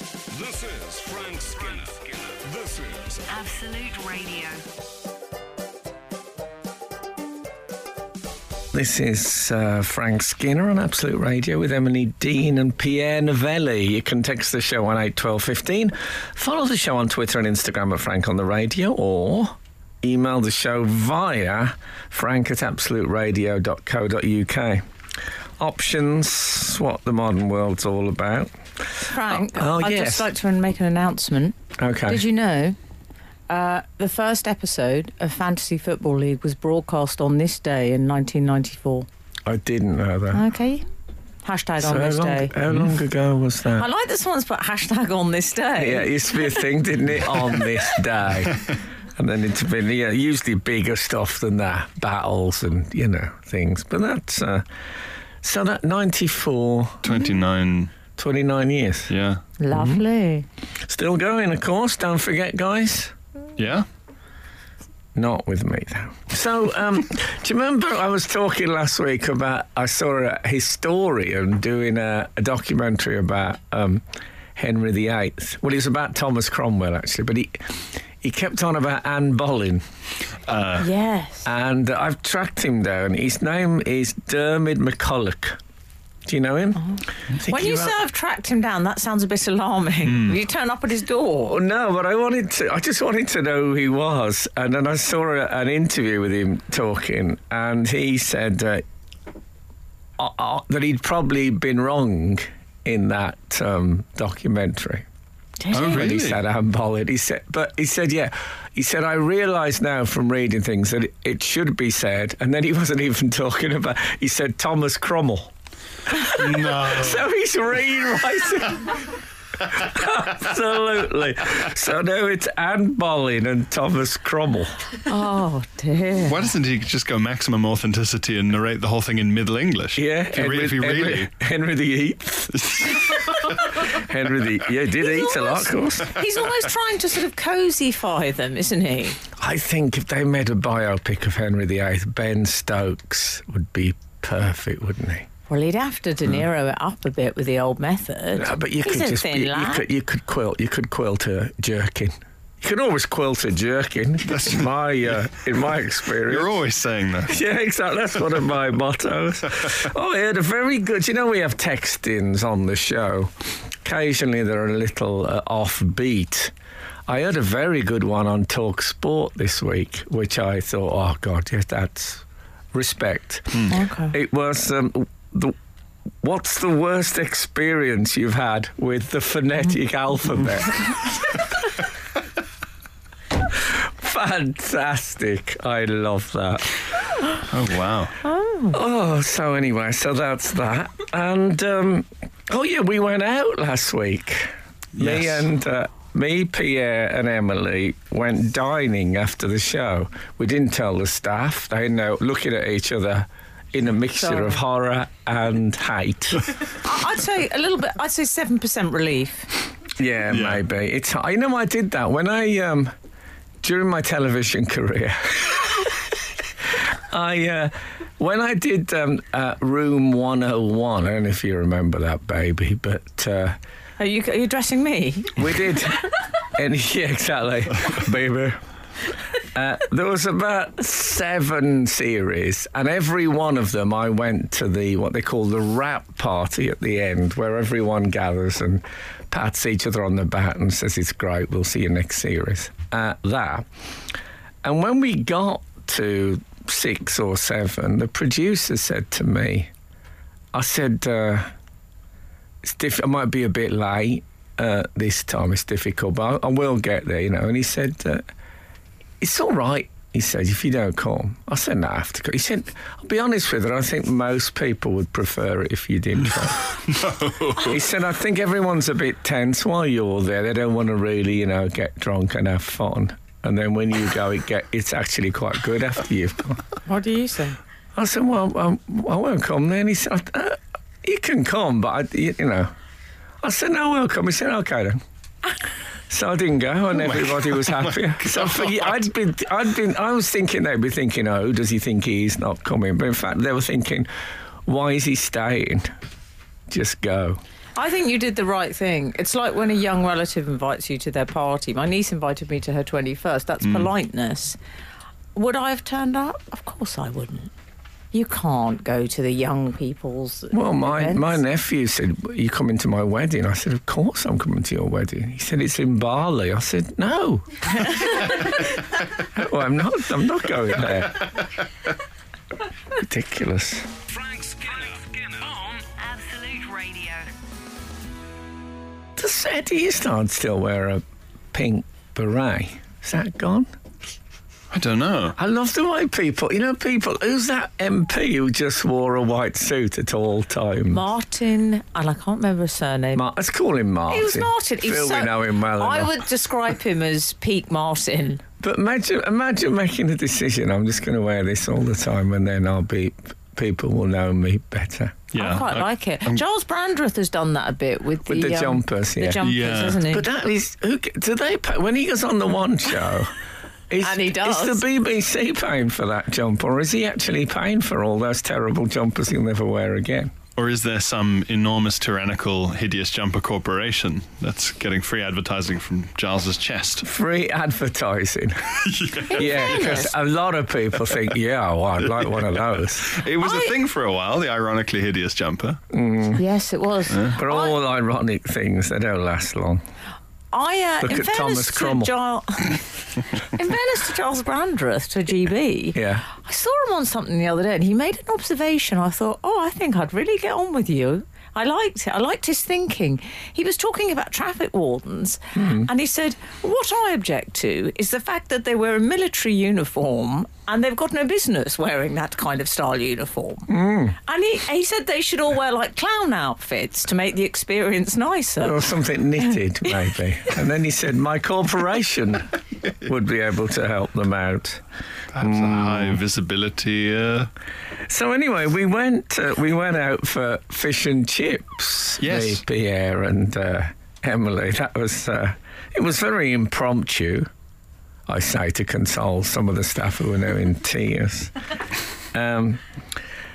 This is Frank Skinner. This is Absolute Radio. This is uh, Frank Skinner on Absolute Radio with Emily Dean and Pierre Novelli. You can text the show on 81215. Follow the show on Twitter and Instagram at Frank on the Radio or email the show via frank at absoluteradio.co.uk. Options, what the modern world's all about. Frank, Oh, I'd yes. just like to make an announcement. Okay. Did you know uh, the first episode of Fantasy Football League was broadcast on this day in 1994? I didn't know that. Okay. Hashtag So on how this long, day. how long ago was that? I like this one's put hashtag on this day. Yeah, it used to be a thing, didn't it? On this day. er And then it's been yeah, usually bigger stuff than that, battles and you know things. But that's uh, so that 94, 29, 29 years, yeah. Lovely. still going, of course. Don't forget, guys. Yeah? Not with me though. So, um, do you remember I was talking last week about I saw a historian doing a, a documentary about um, Henry VIII. Well, it was about Thomas Cromwell actually, but he he kept on about Anne Boleyn. Mm-hmm. Uh, yes. and uh, I've tracked him down. His name is Dermot McCulloch. Do you know him? Oh, I think Hmm. when he you wrote- say I've tracked him down, that sounds a bit alarming. You turn up at his door. Oh, no, but I wanted to. I just wanted to know who he was, and then I saw a, an interview with him talking, and he said uh, uh, uh, that he'd probably been wrong in that um, documentary. Did Oh, he? But really? he said Anne Boleyn. He said, but he said, yeah. He said, I realise now from reading things that it, it should be said, and then he wasn't even talking about. He said Thomas Cromwell. No. So he's rewriting. Absolutely. So now it's Anne Boleyn and Thomas Cromwell. Oh, dear. Why doesn't he just go maximum authenticity and narrate the whole thing in Middle English? Yeah, If you, re- if you really. Henry the Eighth. Henry the yeah did eat a lot, of course. He's almost trying to sort of cozyfy them, isn't he? I think if they made a biopic of Henry VIII, Ben Stokes would be perfect, wouldn't he? Well, he'd have to De Niro it up a bit with the old method. Hmm. No, but you He's could a just thin you, you lad. could you could quilt you could quilt a jerkin. You can always quilt a jerkin. That's my uh, in my experience. You're always saying that. Yeah, exactly. That's one of my mottos. Oh, yeah, they're very good. You know, we have textings on the show. Occasionally, they're a little uh, offbeat. I heard a very good one on Talk Sport this week, which I thought, oh, God, yes, that's respect. Okay. It was um, the. What's the worst experience you've had with the phonetic alphabet? Fantastic. I love that. Oh, wow. Oh, so anyway, so that's that. And um, oh yeah, we went out last week. Me Yes. and uh, me, Pierre, and Emily went dining after the show. We didn't tell the staff. They know looking at each other in a mixture of horror and hate. I- I'd say a little bit. I'd say seven percent relief. Yeah, Yeah. maybe. It's I know I did that when I um during my television career. I uh, when I did um, uh, Room 101. I don't know if you remember that, baby, but uh, Are you are you addressing me? we did. and yeah, exactly, baby. Uh, there was about seven series, and every one of them, I went to the what they call the rap party at the end, where everyone gathers and pats each other on the back and says, "It's great, we'll see you next series." Uh, that, and when we got to six or seven, the producer said to me, "I said." Uh, it's diff- I might be a bit late uh, this time. It's difficult, but I, I will get there, you know. And he said, uh, "It's all right." He said, "If you don't come," I said, "No, I have to come." He said, "I'll be honest with you. I think most people would prefer it if you didn't come." He said, "I think everyone's a bit tense while you're there. They don't want to really, you know, get drunk and have fun." And then when you go, it get it's actually quite good after you've gone. What do you say? I said, "Well, um, I won't come then." He said, uh, "You can come, but I, you, you know." I said, "No, I will come." He said, "Okay then." So I didn't go, and everybody was happier. so for, ye- I'd been, I'd been, I was thinking they'd be thinking, "Oh, who does he think he is not coming?" But in fact, they were thinking, "Why is he staying? Just go." I think you did the right thing. It's like when a young relative invites you to their party. My niece invited me to her 21st. That's Hmm. politeness. Would I have turned up? Of course I wouldn't. You can't go to the young people's. Well, my, events. my nephew said, You coming to my wedding? I said, Of course I'm coming to your wedding. He said, It's in Bali. I said, No. well, I'm not, I'm not going there. Ridiculous. Frank Skinner, on Absolute Radio. Does Eddie Izzard still wear a pink beret? Is that gone? I don't know. I love the way people, you know, people, who's that MP who just wore a white suit at all times? Martin, and I can't remember his surname. Mar- let's call him Martin. He was Martin. He's Phil, so- we know him well. I enough. would describe him as peak Martin. But imagine, imagine making a decision. I'm just going to wear this all the time, and then I'll be people will know me better. Yeah, I quite like it. Charles Brandreth has done that a bit with the, Um, With the um, jumpers, yeah. The jumpers, Yeah. hasn't he? But that is who ca- do they pay, when he goes on the one show? Is, And he does. Is the BBC paying for that jumper, or is he actually paying for all those terrible jumpers he'll never wear again? Or is there some enormous, tyrannical, hideous jumper corporation that's getting free advertising from Giles's chest? Free advertising. yeah, because fairness- a lot of people think, yeah, well, I'd like one of those. It was a I- thing for a while, the ironically hideous jumper. um, yes, it was. But all ironic things, they don't last long. I, uh, Look in at fairness Thomas to Cromwell. Giles, in fairness to Charles Brandreth, to GB, Yeah. I saw him on something the other day, and he made an observation. I thought, oh, I think I'd really get on with you. I liked it. I liked his thinking. He was talking about traffic wardens, Hmm. and he said, "What I object to is the fact that they wear a military uniform, and they've got no business wearing that kind of style uniform." Hmm. And he, he said they should all wear like clown outfits to make the experience nicer. or something knitted, maybe. and then he said, My corporation would be able to help them out. Perhaps a high visibility. Uh, So anyway, we went uh, we went out for fish and chips. Yes. me, Pierre and uh, Emily. That was uh, it was very impromptu. I say to console some of the staff who were now in tears. Um,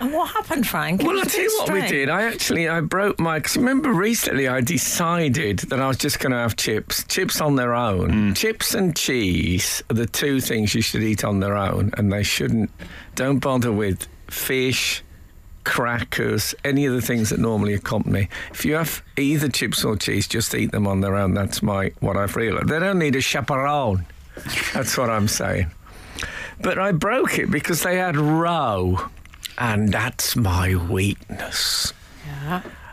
And what happened, Frank? It Well, was I'll a tell bit you what we strange. did. I actually I broke my. Cause remember recently I decided that I was just going to have chips. Chips on their own. Chips and cheese are the two things you should eat on their own, and they shouldn't. Don't bother with fish, crackers, any of the things that normally accompany. If you have either chips or cheese, just eat them on their own. That's my what I've realised. They don't need a chaperone. That's what I'm saying. But I broke it because they had roe, and that's my weakness.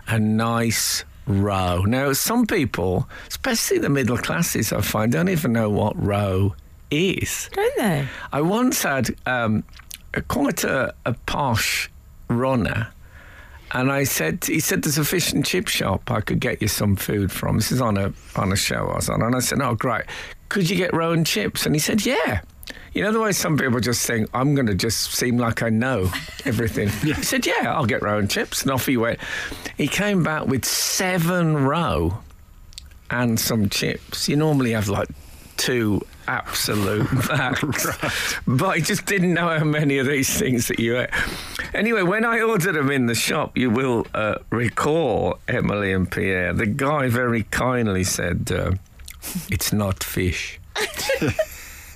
A nice roe. Now, some people, especially the middle classes, I find, don't even know what roe is. Don't they? I once had um, a, quite a, a posh runner, and I said, he said, "There's a fish and chip shop I could get you some food from." This is on a on a show I was on, and I said, "Oh, great! Could you get roe and chips?" And he said, "Yeah." You know the way some people just think, "I'm going to just seem like I know everything." He said, "Yeah, I'll get roe and chips," and off he went. He came back with seven roe and some chips. You normally have like two absolute packs, but I just didn't know how many of these things that you ate. Anyway, when I ordered them in the shop, you will uh, recall Emily and Pierre. The guy very kindly said, uh, "It's not fish.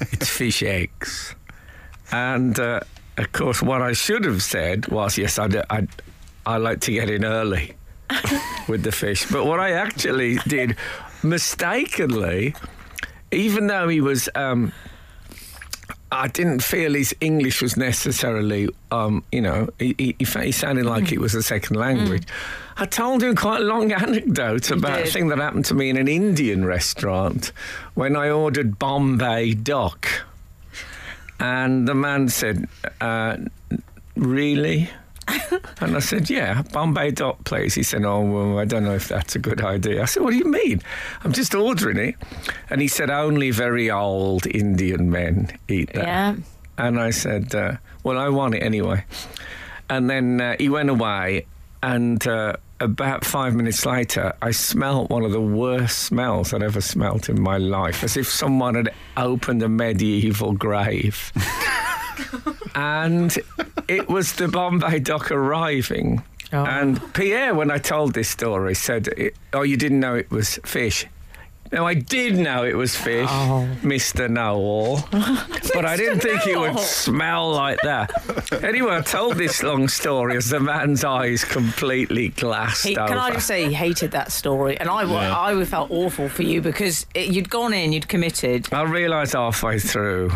it's fish eggs." And uh, of course, what I should have said was, "Yes, I, do, I, I like to get in early." with the fish. But what I actually did mistakenly, even though he was, um, I didn't feel his English was necessarily, um, you know, he, he, he fa- he sounded like it was a second language. I told him quite a long anecdote about a did. thing that happened to me in an Indian restaurant when I ordered Bombay Dock. And the man said, uh, Really? And I said, Yeah, Bombay Dot, please. He said, Oh, well, I don't know if that's a good idea. I said, What do you mean? I'm just ordering it. And he said, Only very old Indian men eat that. Yeah. And I said, uh, Well, I want it anyway. And then uh, he went away. And uh, about five minutes later, I smelt one of the worst smells I'd ever smelt in my life, as if someone had opened a medieval grave and it was the Bombay Dock arriving. Oh. And Pierre, when I told this story, said, "Oh, you didn't know it was fish." No, I did know it was fish, Oh. Mr. Know-all, but I didn't think it would Know-all. smell like that. anyway, I told this long story as the man's eyes completely glassed He, over. can I just say he hated that story, and I, wa- Yeah. I would felt awful for you because it, you'd gone in, you'd committed. I realised halfway through.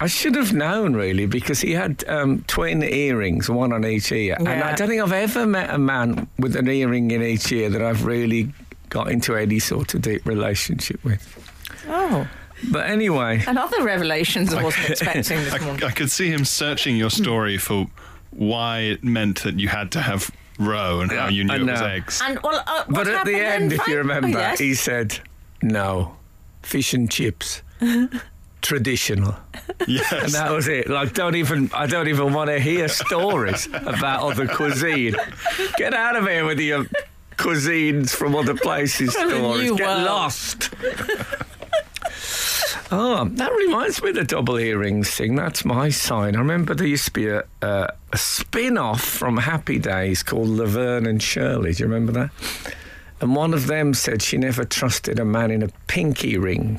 I should have known really because he had um, twin earrings, one on each ear, and Yeah. I don't think I've ever met a man with an earring in each ear that I've really got into any sort of deep relationship with. Oh, But anyway, and other revelations I wasn't expecting this I, morning. I could see him searching your story for why it meant that you had to have roe and how you I knew it was know. eggs. And well, uh, what but at the happened then, end, if Frank? you remember, Oh, yes. he said, "No, fish and chips." Traditional, and Yes. that was it. Like, don't even I don't even want to hear stories about other cuisine. Get out of here with your cuisines from other places From the stories. new Get world. lost. Oh, that reminds me of the double earrings thing. That's my sign. I remember there used to be a, uh, a spin off from Happy Days called Laverne and Shirley. Do you remember that? And one of them said she never trusted a man in a pinky ring.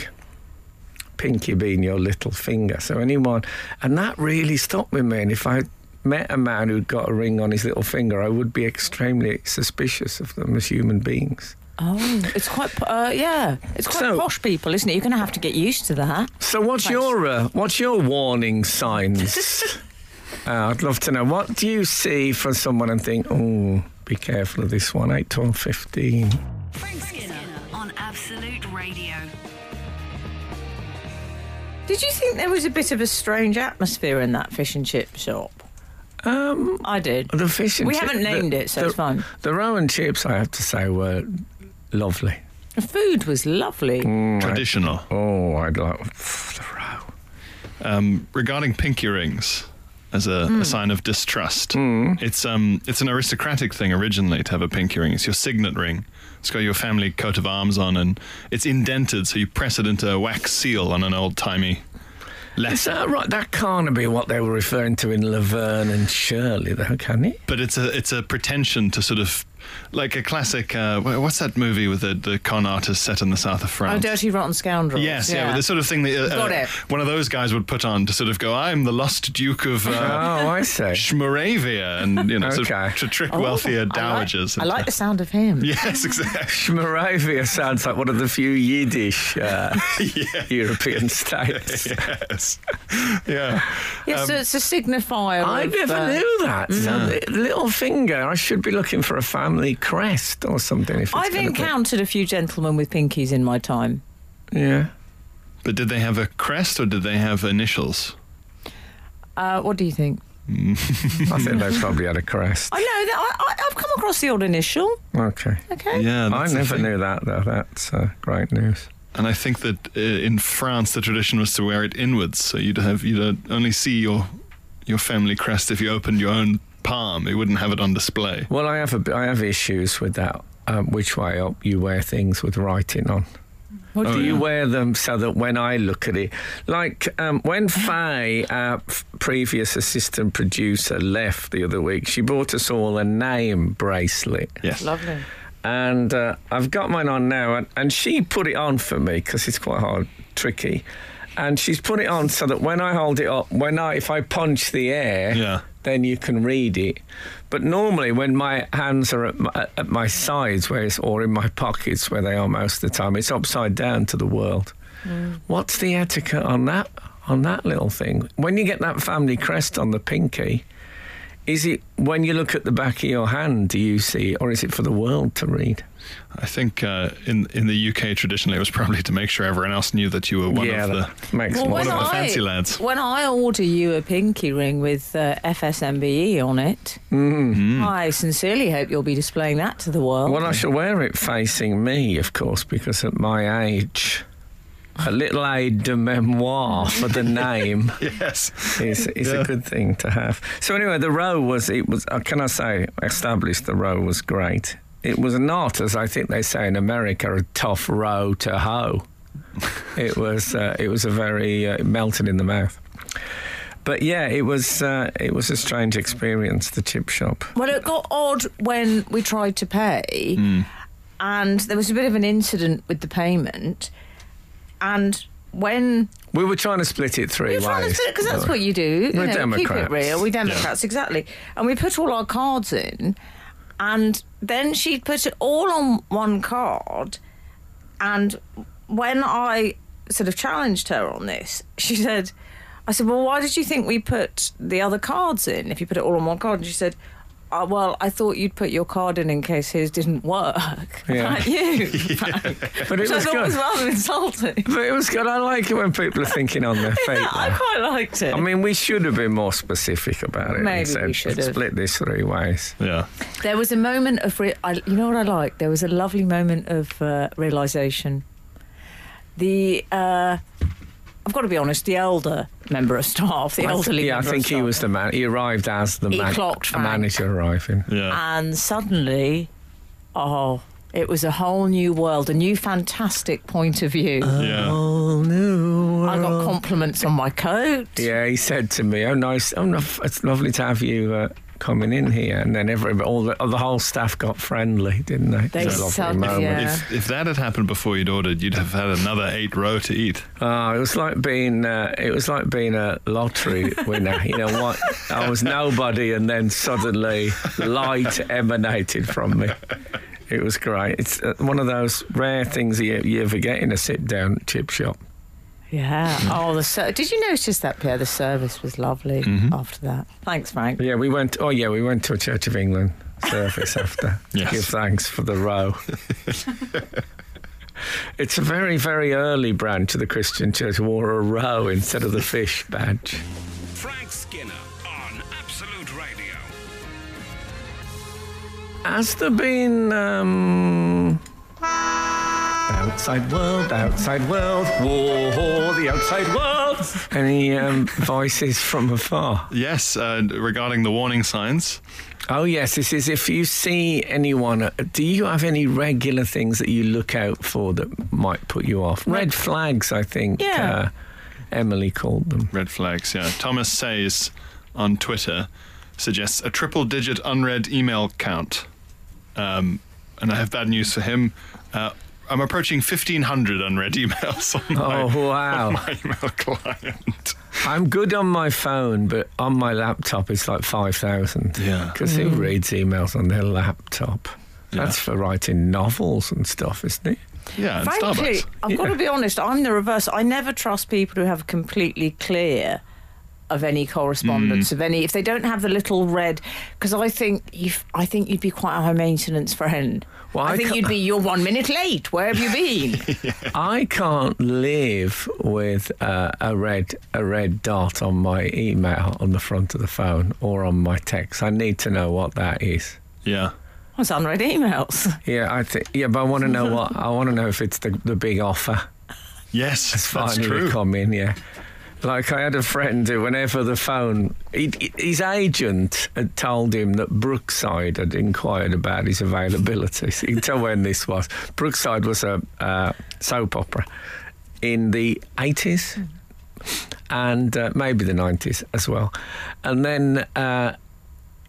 Pinky being your little finger. So anyone, and that really stuck with me. And if I met a man who'd got a ring on his little finger, I would be extremely suspicious of them as human beings. Oh, it's quite, uh, yeah, it's quite So- posh people, isn't it? You're going to have to get used to that. So what's Thanks. your uh, what's your warning signs? uh, I'd love to know. What do you see from someone and think, oh, be careful of this one, 8, 12, 15. Frank Skinner on Absolute Radio. Did you think there was a bit of a strange atmosphere in that fish and chip shop? Um, I did. The fish and We chip- haven't named it, so the, it's fine. The Rowan chips, I have to say, were lovely. The food was lovely. Mm. Traditional. Oh, I'd like the row. um, regarding pinky rings as a, a sign of distrust. It's um, it's an aristocratic thing originally to have a pinky ring. It's your signet ring. It's got your family coat of arms on, and it's indented, so you press it into a wax seal on an old timey Is letter. that right? That can't be what they were referring to in Laverne and Shirley, though, can it? But it's a it's a pretension to sort of like a classic. Uh, wh- what's that movie with the, the con artist set in the south of Oh, France? dirty rotten scoundrels. Yes, yeah, well, the sort of thing that uh, Got uh, it. one of those guys would put on to sort of go, "I'm the lost Duke of uh, Oh, I see. Schmoravia and you know sort of Okay. to trick Oh, wealthier dowagers. I like, I into- like the sound of him. yes, exactly. Schmoravia sounds like one of the few Yiddish uh, European states. Yes. Yeah. Yeah, um, so it's a signifier. I of, never uh, knew that. So the Little finger, I should be looking for a family crest or something. If it's I've gonna be- encountered a few gentlemen with pinkies in my time. Yeah. But did they have a crest or did they have initials? Uh, what do you think? I think they probably had a crest. I know that I, I, I've come across the old initial. Okay. Okay. Yeah. I that's the never thing. knew that, though. That's uh, great news. And I think that uh, in France the tradition was to wear it inwards, so you'd have you'd uh, only see your your family crest if you opened your own palm. It wouldn't have it on display. Well, I have, a, I have issues with that. Um, which way up you wear things with writing on. What Oh, do do you wear them so that when I look at it, like um, when Faye, our f- previous assistant producer, left the other week, she bought us all a name bracelet, Yes. Lovely. and uh, I've got mine on now, and, and she put it on for me because it's quite hard, tricky, and she's put it on so that when I hold it up, when I if I punch the air, Yeah. then you can read it. But normally, when my hands are at my, at my sides, where it's, or in my pockets, where they are most of the time, it's upside down to the world. What's the etiquette on that on that little thing? When you get that family crest on the pinky, is it when you look at the back of your hand? Do you see, or is it for the world to read? I think uh, in in the UK traditionally it was probably to make sure everyone else knew that you were one yeah, of the. that makes Well, more when of sense. the I, fancy lads. when I order you a pinky ring with uh, FSMBE E on it, Mm-hmm. I sincerely hope you'll be displaying that to the world. Well, I shall wear it facing me, of course, because at my age, a little aide de memoire for the name Yes. is, is Yeah. a good thing to have. So anyway, the row was it was. Uh, can I say established the row was great. It was not, as I think they say in America, a tough row to hoe. It was. Uh, it was a very uh, it melted in the mouth. But yeah, it was uh, it was a strange experience. The chip shop. Well, it got odd when we tried to pay, and there was a bit of an incident with the payment. And when We were trying to split it three you're trying to ways. split it because that's what you do. You We're know, Democrats. Keep it real. We Democrats, exactly. And we put all our cards in, and then she put it all on one card. And when I sort of challenged her on this, she said, I said, well, why did you think we put the other cards in if you put it all on one card? And she said, oh, well, I thought you'd put your card in in case his didn't work. Yeah. Like you. But it Which I was thought good. was rather insulting. But it was good. I like it when people are thinking on their feet. Yeah, I though. quite liked it. I mean, we should have been more specific about it. and Maybe said, we should have. Split this three ways. Yeah. There was a moment of, re- I, you know what I like? There was a lovely moment of uh, realization. The, uh, I've got to be honest, the elder member of staff, the I th- elderly yeah, I member of think he staff, was the man. He arrived as the He man- clocked a Frank. manager arriving. Yeah. And suddenly, oh, it was a whole new world, a new fantastic point of view. yeah. All new I got compliments on my coat. Oh. Yeah, he said to me, "Oh, nice. Oh, no, it's lovely to have you uh, coming in here." And then every all the, the whole staff got friendly, didn't they? They It was a lovely suddenly- moment. yeah. If, if that had happened before you'd ordered, you'd have had another eight row to eat. Oh, it was like being uh, it was like being a lottery winner. you know what? I was nobody, and then suddenly light emanated from me. It was great. It's uh, one of those rare things you, you ever get in a sit down chip shop. Yeah. Oh, the ser- did you notice that, Pierre? The service was lovely Mm-hmm. after that. Thanks, Frank. Yeah, we went. Oh, yeah, we went to a Church of England service after. Yes. Give thanks for the row. it's a very, very early branch of the Christian Church. Wore a row instead of the fish badge. Frank Skinner on Absolute Radio. Has there been um outside world, outside world, war, the outside world? Any um, voices from afar? Yes, uh, regarding the warning signs. Oh yes, this is if you see anyone. Do you have any regular things that you look out for that might put you off? Red flags, I think. Yeah. Uh, Emily called them. Red flags, yeah. Thomas Says on Twitter suggests a triple digit unread email count. Um, and I have bad news for him. Uh, I'm approaching 1,500 unread emails on my, Oh wow! my email client. I'm good on my phone, but on my laptop it's like 5,000. Yeah. Because who reads emails on their laptop? Yeah. That's for writing novels and stuff, isn't it? Yeah, and Frankly, Starbucks. I've got to be honest, I'm the reverse. I never trust people who have completely clear of any correspondence of any if they don't have the little red because I think you I think you'd be quite a high maintenance friend. Well, I, I think ca- you'd be you're one minute late. Where have you been? I can't live with uh, a red a red dot on my email on the front of the phone or on my text. I need to know what that is. Yeah. I was unread emails. Yeah, I think. Yeah, but I want to know what I want to know if it's the the big offer. Yes, It's that's finally true. come in, yeah. Like I had a friend who, whenever the phone, he, he- his agent had told him that Brookside had inquired about his availability. So you can tell when this was. Brookside was a uh, soap opera in the eighties and uh, maybe the nineties as well. And then uh,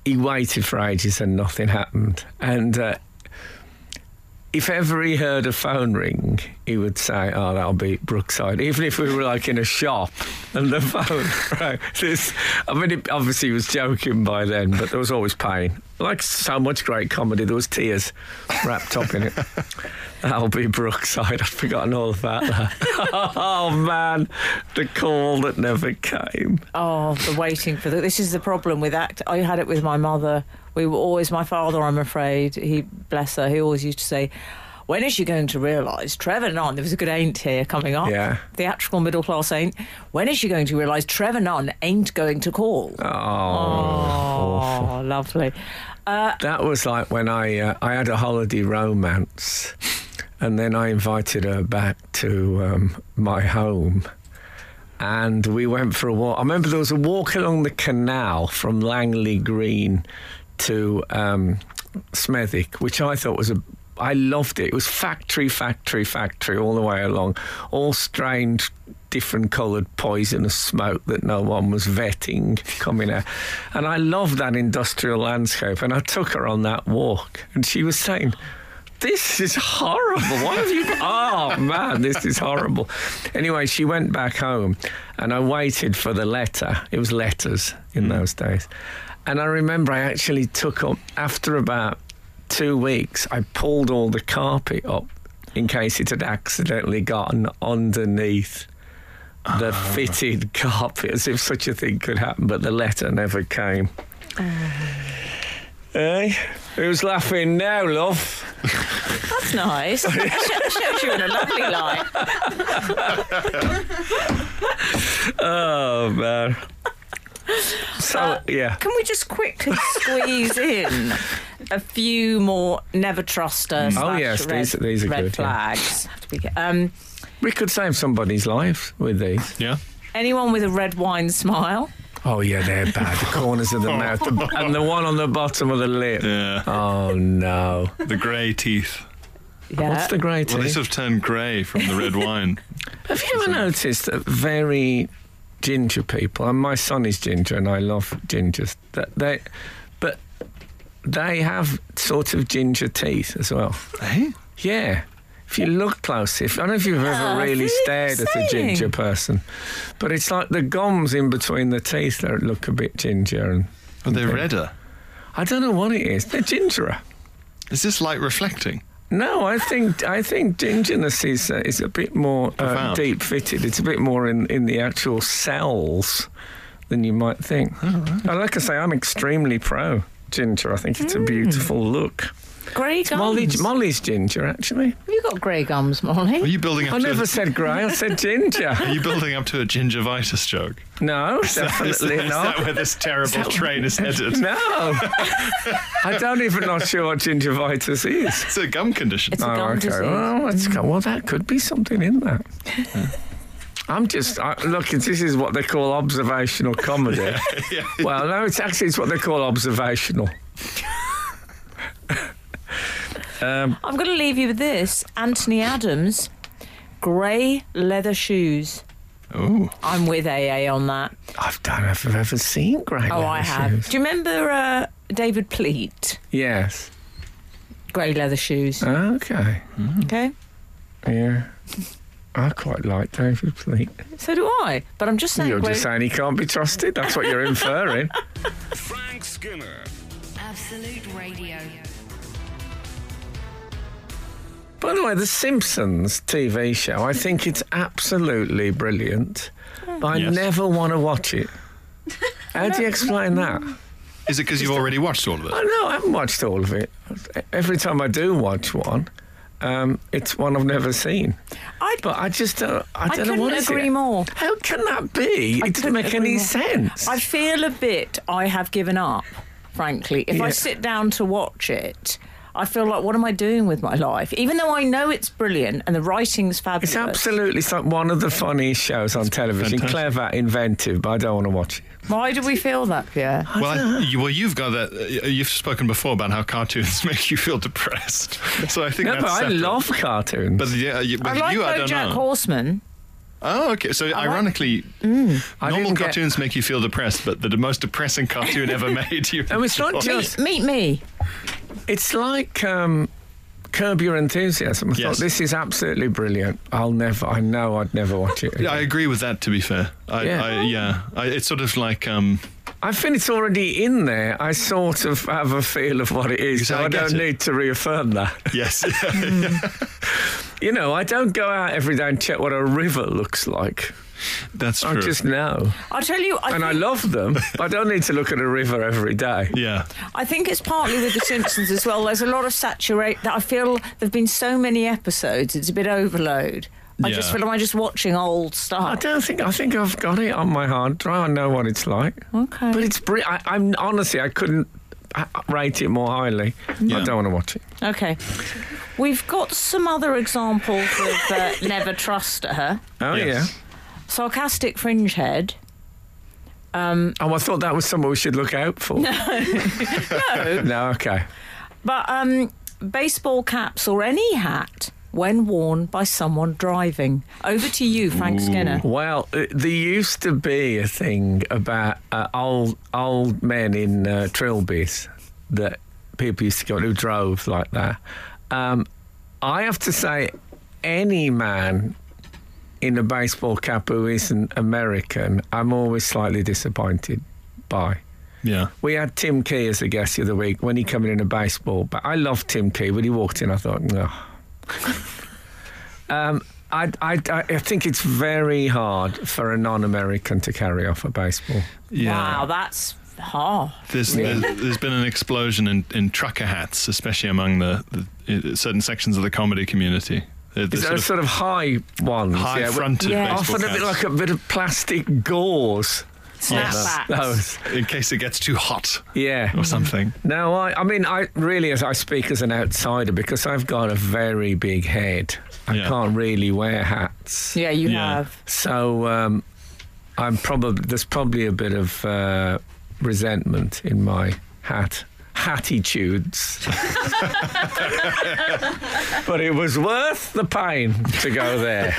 he waited for ages and nothing happened. And uh, if ever he heard a phone ring, he would say, "Oh, that'll be Brookside." Even if we were like in a shop and the phone rang, this, I mean, it, obviously he was joking by then, but there was always pain. Like so much great comedy, there was tears wrapped up in it. that'll be Brookside. I'd forgotten all about that. oh man, the call that never came. Oh, the waiting for the. This is the problem with act. I had it with my mother. We were always my father. I'm afraid he bless her. He always used to say, "When is she going to realise Trevor Nunn?" There was a good ain't here coming up. Yeah. Theatrical middle class ain't. When is she going to realise Trevor Nunn ain't going to call? Oh, Oh, lovely. Uh, That was like when I uh, I had a holiday romance, and then I invited her back to um, my home, and we went for a walk. I remember there was a walk along the canal from Langley Green to um, Smethwick, which I thought was a I loved it. It was factory, factory, factory all the way along. All strange different coloured poisonous smoke that no one was vetting coming out. And I loved that industrial landscape. And I took her on that walk, and she was saying, this is horrible. Why have you? Oh man, this is horrible. Anyway, she went back home, and I waited for the letter. It was letters in those days, and I remember I actually took up after about two weeks. I pulled all the carpet up in case it had accidentally gotten underneath the fitted carpet, as if such a thing could happen. But the letter never came. Hey, who's laughing now, love? That's nice. Sh- Shows you in a lovely light. Oh man. So yeah. Can we just quickly squeeze in a few more never trust us? Oh, yes, red, these- these are red good, yeah. flags. Have to be ca- Um, We could save somebody's life with these. Yeah. anyone with a red wine smile. Oh yeah, they're bad. The corners of the mouth the- and the one on the bottom of the lip. Yeah. Oh no. The grey teeth. Yeah. What's the great Well, they sort of turn grey from the red wine. Have you ever noticed that very ginger people, and my son is ginger and I love gingers, that they but they have sort of ginger teeth as well. eh? Yeah. If you look close, if I don't know if you've ever Oh, Ah, really that's stared at a exciting. ginger person, but it's like the gums in between the teeth that look a bit ginger, and Are they redder? I don't know what it is. They're gingerer. Is this light reflecting? No, I think I think gingerness is uh, is a bit more uh, Profound. deep fitted. It's a bit more in, in the actual cells than you might think. And Like I say, I'm extremely pro ginger. I think it's a beautiful look. grey gums? Molly, Oh, Molly's ginger, actually. you got grey gums, Are Molly. you building up I to never a, said grey. I said ginger. Are you building up to a gingivitis joke? No, Is that- definitely is not. that where this terrible train is headed? No, I don't even not sure what gingivitis is. It's a gum Oh, condition. It's a gum disease. Mm. Well, let's go. Well, that could be something in that. I'm just I, look. This is what they call observational comedy. Well, no, it's actually it's what they call observational. I'm going to leave you with this. Anthony Adams, grey leather shoes. Oh, I'm with AA on that. I don't know if I've ever seen grey. Oh, leather I have. shoes. Do you remember uh, David Pleat? Yes. Grey leather shoes. Okay. Okay. Yeah. I quite like David Fleet. So do I. But I'm just saying. You're grey- just saying he can't be trusted. That's what you're inferring. Frank Skinner. Absolute Radio. By the way, The Simpsons TV show, I think it's absolutely brilliant, but I Yes. never want to watch it. How do you explain that? is it because you've already watched all of I it? know, I haven't watched all of it. Every time I do watch one, um, it's one I've never seen. I, But I just don't, I I don't know what couldn't is agree it. more. How can that be? I it doesn't couldn't make agree any more. sense. I feel a bit I have given up, frankly. If I Yeah. sit down to watch it, I feel like, what am I doing with my life? Even though I know it's brilliant and the writing's fabulous. It's absolutely it's like one of the funniest shows on television. Fantastic. Clever, inventive, but I don't want to watch it. Why do we feel that, Pierre? Well, I, you, well, you've got that. Uh, you've spoken before about how cartoons make you feel depressed. So I think No, that's. but I separate. love cartoons. But yeah, uh, you, I but like you, I don't BoJack know. Horseman. Oh, okay. So ironically, Mm. I normal didn't get- cartoons make you feel depressed, but the most depressing cartoon ever made you. No, it's not enjoy. just- Meet, meet me. It's like um, Curb Your Enthusiasm. I Yes. thought this is absolutely brilliant. I'll never, I know I'd never watch it. Yeah, I again. agree with that. To be fair, I, Yeah. yeah, I, yeah. I, it's sort of like um, I think it's already in there. I sort of have a feel of what it is, so I I, get don't it. need to reaffirm that. yes, You know, I don't go out every day and check what a river looks like. that's I true. just know, I'll tell you, I, and I think- love them. but I don't need to look at a river every day. Yeah, I think it's partly with The Simpsons as well. There's a lot of saturate that I feel there have been so many episodes, it's a bit overload. I just Yeah. feel am I just watching old I stuff? don't think I think I've got it on my hard drive. I know what it's like. Okay. But it's br- I, I'm honestly I couldn't uh, rate it more highly. I Yeah. don't want to watch it. Okay. We've got some other examples of uh, never trust her. Oh Yes. yeah. Sarcastic fringe head. Oh, I thought that was someone we should look out for. No. no. okay. But um, baseball caps or any hat when worn by someone driving. Over to you, Frank Skinner. Well, uh, there used to be a thing about uh, old old men in uh, trilbies that people used to go who drove like that. Um, I have to say, any man in a baseball cap who isn't American, I'm always slightly disappointed by. Yeah. We had Tim Key as a guest the other week when he came in in a baseball. But I loved Tim Key. When he walked in, I thought, no. um, I, I, I think it's very hard for a non-American to carry off a baseball. Yeah. Wow, that's harsh. There's, there's, there's been an explosion in, in trucker hats, especially among the, the uh, certain sections of the comedy community. The, the Is sort there of sort of high ones? high yeah, fronted Yeah. baseball Often a bit caps, like a bit of plastic gauze. Snapbacks. Those, in case it gets too hot yeah. or something. No, I, I mean, I really, as I speak as an outsider because I've got a very big head. I Yeah. can't really wear hats. Yeah, you Yeah. have. So um, I'm probably there's probably a bit of uh, resentment in my hat attitudes. but it was worth the pain to go there.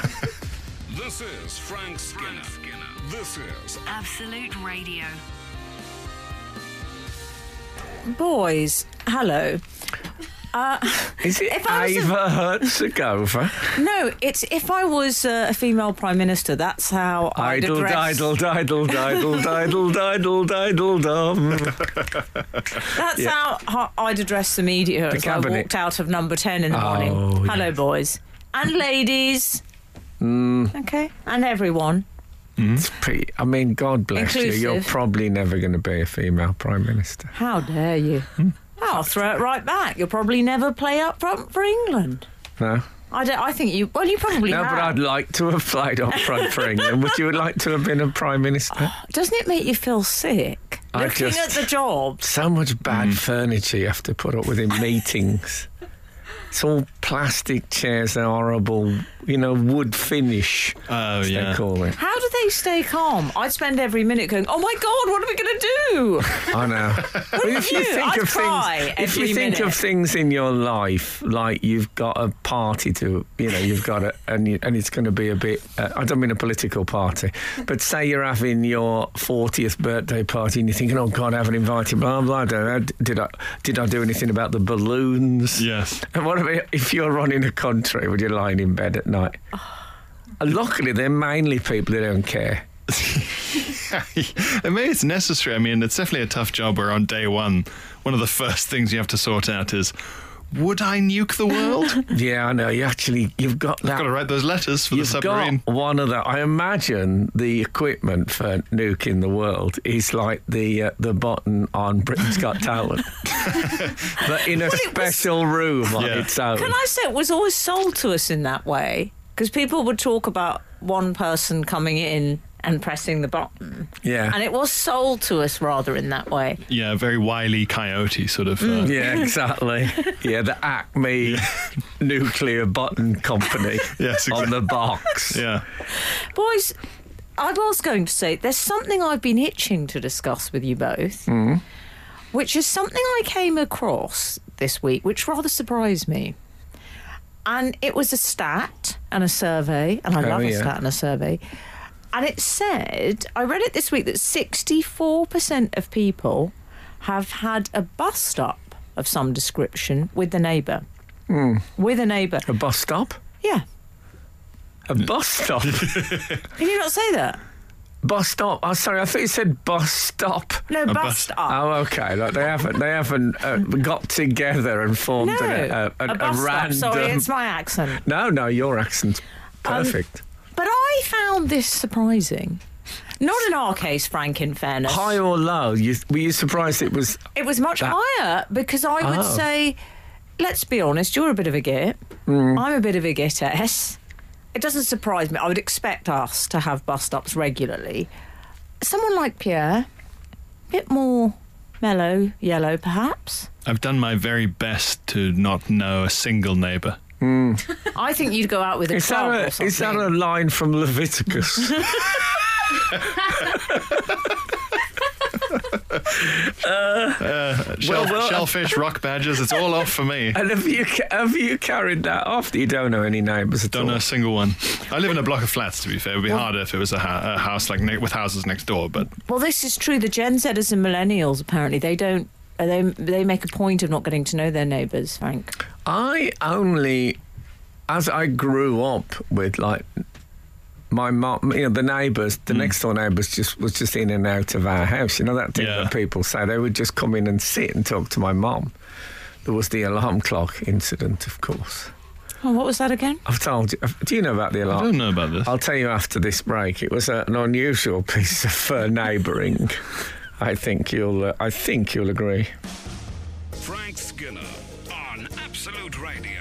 This is Frank Skinner. This is Absolute Radio. Boys, hello. Is it If I was a- Ava Herzegovina? No, it's if I was uh, a female prime minister, that's how I'd Idle, address. diddle, diddle, diddle, diddle, diddle, diddle, dum. That's how how I'd address the media as cabinet. I walked out of Number Ten in the Oh, morning. Hello, boys and ladies. Mm. Okay, and everyone. It's pretty. I mean, God bless you. You're Inclusive. probably never going to be a female prime minister. How dare you? Hmm. Oh, I'll throw it right back. You'll probably never play up front for England. No. I don't. I think you. Well, you probably No, have. but I'd like to have played up front for England. Would you like to have been a prime minister? Doesn't it make you feel sick I looking just- at the jobs? So much bad Hmm. furniture you have to put up with in meetings. It's all plastic chairs, they're horrible, you know, wood finish, Oh, as yeah. they call it. How do they stay calm? I'd spend every minute going, "Oh my God, what are we going to do?" I know. Well, if you you? think I'd of cry things, if you every think of minute. things in your life, like you've got a party to, you know, you've got a, and you, and it's going to be a bit. Uh, I don't mean a political party, but say you're having your 40th birthday party and you're thinking, oh God, I haven't invited blah blah. blah did I did I do anything about the balloons? Yes. And what about if you're running a country when you're lying in bed at night? Oh. And luckily, they're mainly people who don't care. I mean, it's necessary. I mean, it's definitely a tough job where on day one, one of the first things you have to sort out is would I nuke the world? Yeah, I know. You actually, you've got that. Got to write those letters for You've the submarine. got one of the. I imagine the equipment for nuking the world is like the uh, the button on Britain's Got Talent, but in a special room on Yeah. its own. Can I say it was always sold to us in that way? Because people would talk about one person coming in and pressing the button. Yeah. And it was sold to us rather in that way. Yeah, very wily coyote sort of. Uh, yeah, exactly. Yeah, the Acme Nuclear Button Company Yes, on the box. yeah. Boys, I was going to say there's something I've been itching to discuss with you both, Mm. which is something I came across this week, which rather surprised me. And it was a stat and a survey, and I Oh, love a yeah. stat and a survey. And it said, I read it this week that 64% of people have had a bust up of some description with the neighbour. With a neighbour. Mm. A bus stop. Yeah. A bus stop. Can you not say that? bus stop. Oh, sorry, I thought you said bus stop. No, bust, bust- up. Oh, okay. Like they haven't they haven't uh, got together and formed No, a, a, a, bus stop. random. Sorry, it's my Um, accent. No, no, your accent's perfect. But I found this surprising. Not in our case, Frank. In fairness, High or low? You, were you surprised it was? it was much That- higher because I would Oh. say, let's be honest, you're a bit of a git. Mm. I'm a bit of a gittess. It doesn't surprise me. I would expect us to have bust ups regularly. Someone like Pierre, a bit more mellow, yellow, perhaps. I've done my very best to not know a single neighbor. I think you'd go out with a Is club or that, a, something. is that a line from Leviticus? Uh, Shell, well, shellfish, rock badgers, it's all off for me. And have you ca- have you carried that off? You don't know any neighbours at Don't all. know a single one. I live in a block of flats. To be fair, it would be harder if it was a, ha- a house like ne- with houses next door. But Well, this is true. The Gen Zers and millennials apparently they don't. uh, They they make a point of not getting to know their neighbours. Frank, I only, as I grew up with like my mom, you know, the neighbours, the Hmm. next door neighbours just was just in and out of our house. You know that thing Yeah. that people say they would just come in and sit and talk to my mom. There was the alarm clock incident, of course. oh, what was that again? I've told you. Do you know about the alarm? I don't know about this. I'll tell you after this break. It was a, an unusual piece of uh, neighbouring. I think you'll. Uh, I think you'll agree. Frank Skinner on Absolute Radio.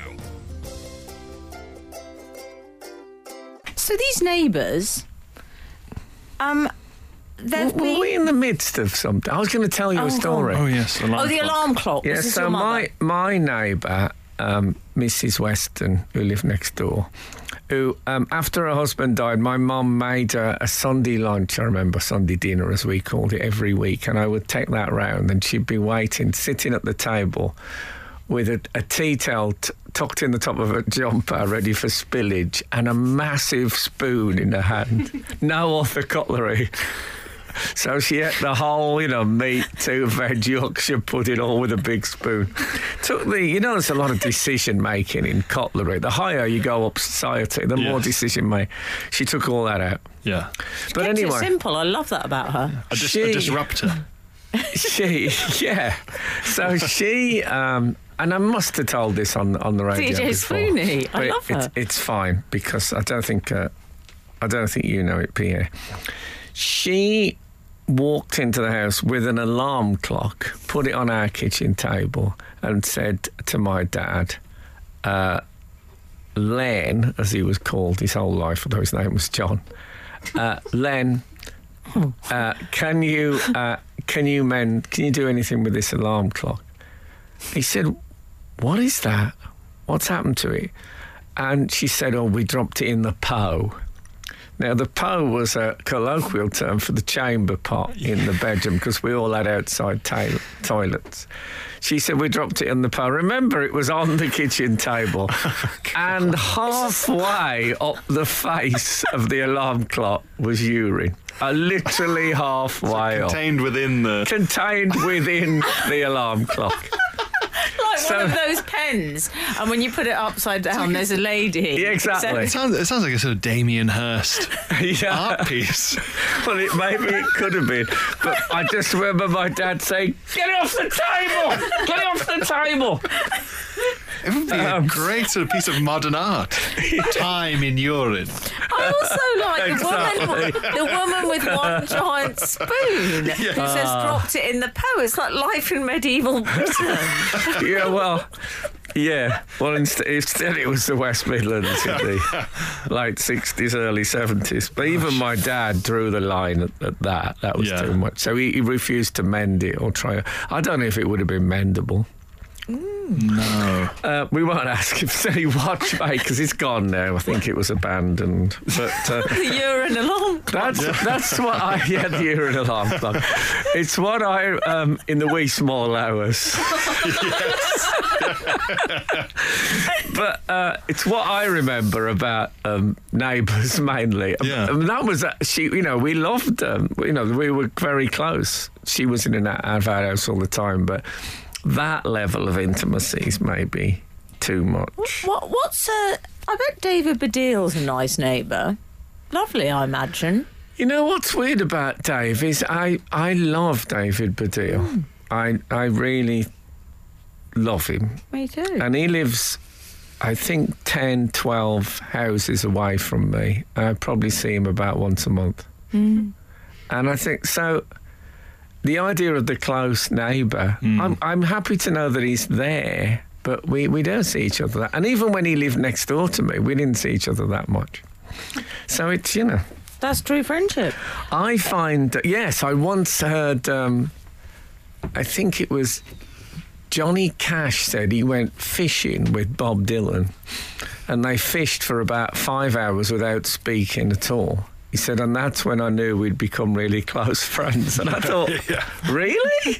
So these neighbours, um, they've Were been. we in the midst of something? I was going to tell you Oh, a go on. story. oh yes, alarm Oh, the clock. alarm clock. Yeah, This is so your mother. my my neighbour, um, Mrs. Weston, who lived next door, who um, after her husband died, my mum made her a Sunday lunch. I remember Sunday dinner, as we called it, every week, and I would take that round, and she'd be waiting, sitting at the table, with a, a tea towel t- tucked in the top of her jumper, ready for spillage, and a massive spoon in her hand. no other cutlery. So she ate the whole, you know, meat, two veg, Yorkshire pudding, all with a big spoon. Took the, you know, there's a lot of decision making in cutlery. The higher you go up society, the more Yes. decision make. She took all that out. Yeah, But Kept it anyway, simple. I love that about her. a, dis- She- a disruptor. she, yeah. So she, um, and I must have told this on on the radio. DJ before, Sweeney, I but love it's- her. It's fine because I don't think uh, I don't think you know it, Pierre. She walked into the house with an alarm clock, put it on our kitchen table, and said to my dad, uh, "Len," as he was called his whole life, although his name was John. Uh, Len, uh, can you uh, can you mend? Can you do anything with this alarm clock? He said, "What is that? What's happened to it?" And she said, "Oh, we dropped it in the po." Now, the po was a colloquial term for the chamber pot in the bedroom because we all had outside ta- toilets. She said, We dropped it in the po. Remember, it was on the kitchen table. and halfway up the face of the alarm clock was urine. Uh, literally halfway up. Contained within the. Contained within the alarm clock. Like So- one of those pens, and when you put it upside down, there's a lady. Yeah, exactly. It sounds, it sounds like a sort of Damien Hirst Yeah. art piece. Well, it, maybe it could have been, but I just remember my dad saying, "Get it off the table! Get it off the table!" It would be a Um, great sort of piece of modern art. Time in urine. I also like the woman, the woman with one giant spoon who says dropped it in the po. It's like life in medieval Britain. Yeah, well, yeah. Well, inst- instead it was the West Midlands in the late sixties, early seventies. But even my dad drew the line at, at that. That was Yeah. too much. So he, he refused to mend it or try. I don't know if it would have been mendable. No. Uh, we won't ask if there's any watchmakers. It's gone now. I think it was abandoned. But uh, the urine alarm. That's that's what I yeah the urine alarm clock. It's what I um in the wee small hours. but uh, it's what I remember about um, neighbours mainly. Um, Yeah. And that was uh, she. You know, we loved them. You know, we were very close. She was in and out of our house all the time, but that level of intimacy is maybe too much. What? What's a? I bet David Baddiel's a nice neighbour. Lovely, I imagine. You know what's weird about Dave is I, I love David Baddiel. I I really love him. Me too. And he lives I think 10, 12 houses away from me. I probably see him about once a month. And I think so the idea of the close neighbour, I'm I'm happy to know that he's there, but we, we don't see each other that and even when he lived next door to me, we didn't see each other that much. So it's you know That's true friendship. I find that, yes, I once heard, um, I think it was Johnny Cash said he went fishing with Bob Dylan and they fished for about five hours without speaking at all. He said, and that's when I knew we'd become really close friends. And I thought, really?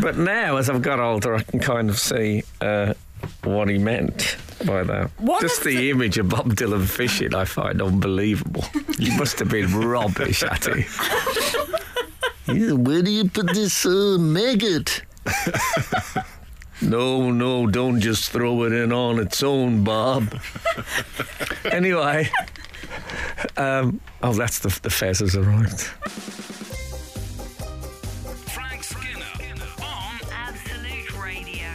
but now, as I've got older, I can kind of see uh, what he meant by that. One Just of the, the- image of Bob Dylan fishing, I find unbelievable. he must have been rubbish at it. Yeah, where do you put this uh, maggot? no, no, don't just throw it in on its own, Bob. anyway, um, oh, that's the the fezzers arrived. Frank Skinner on Absolute Radio.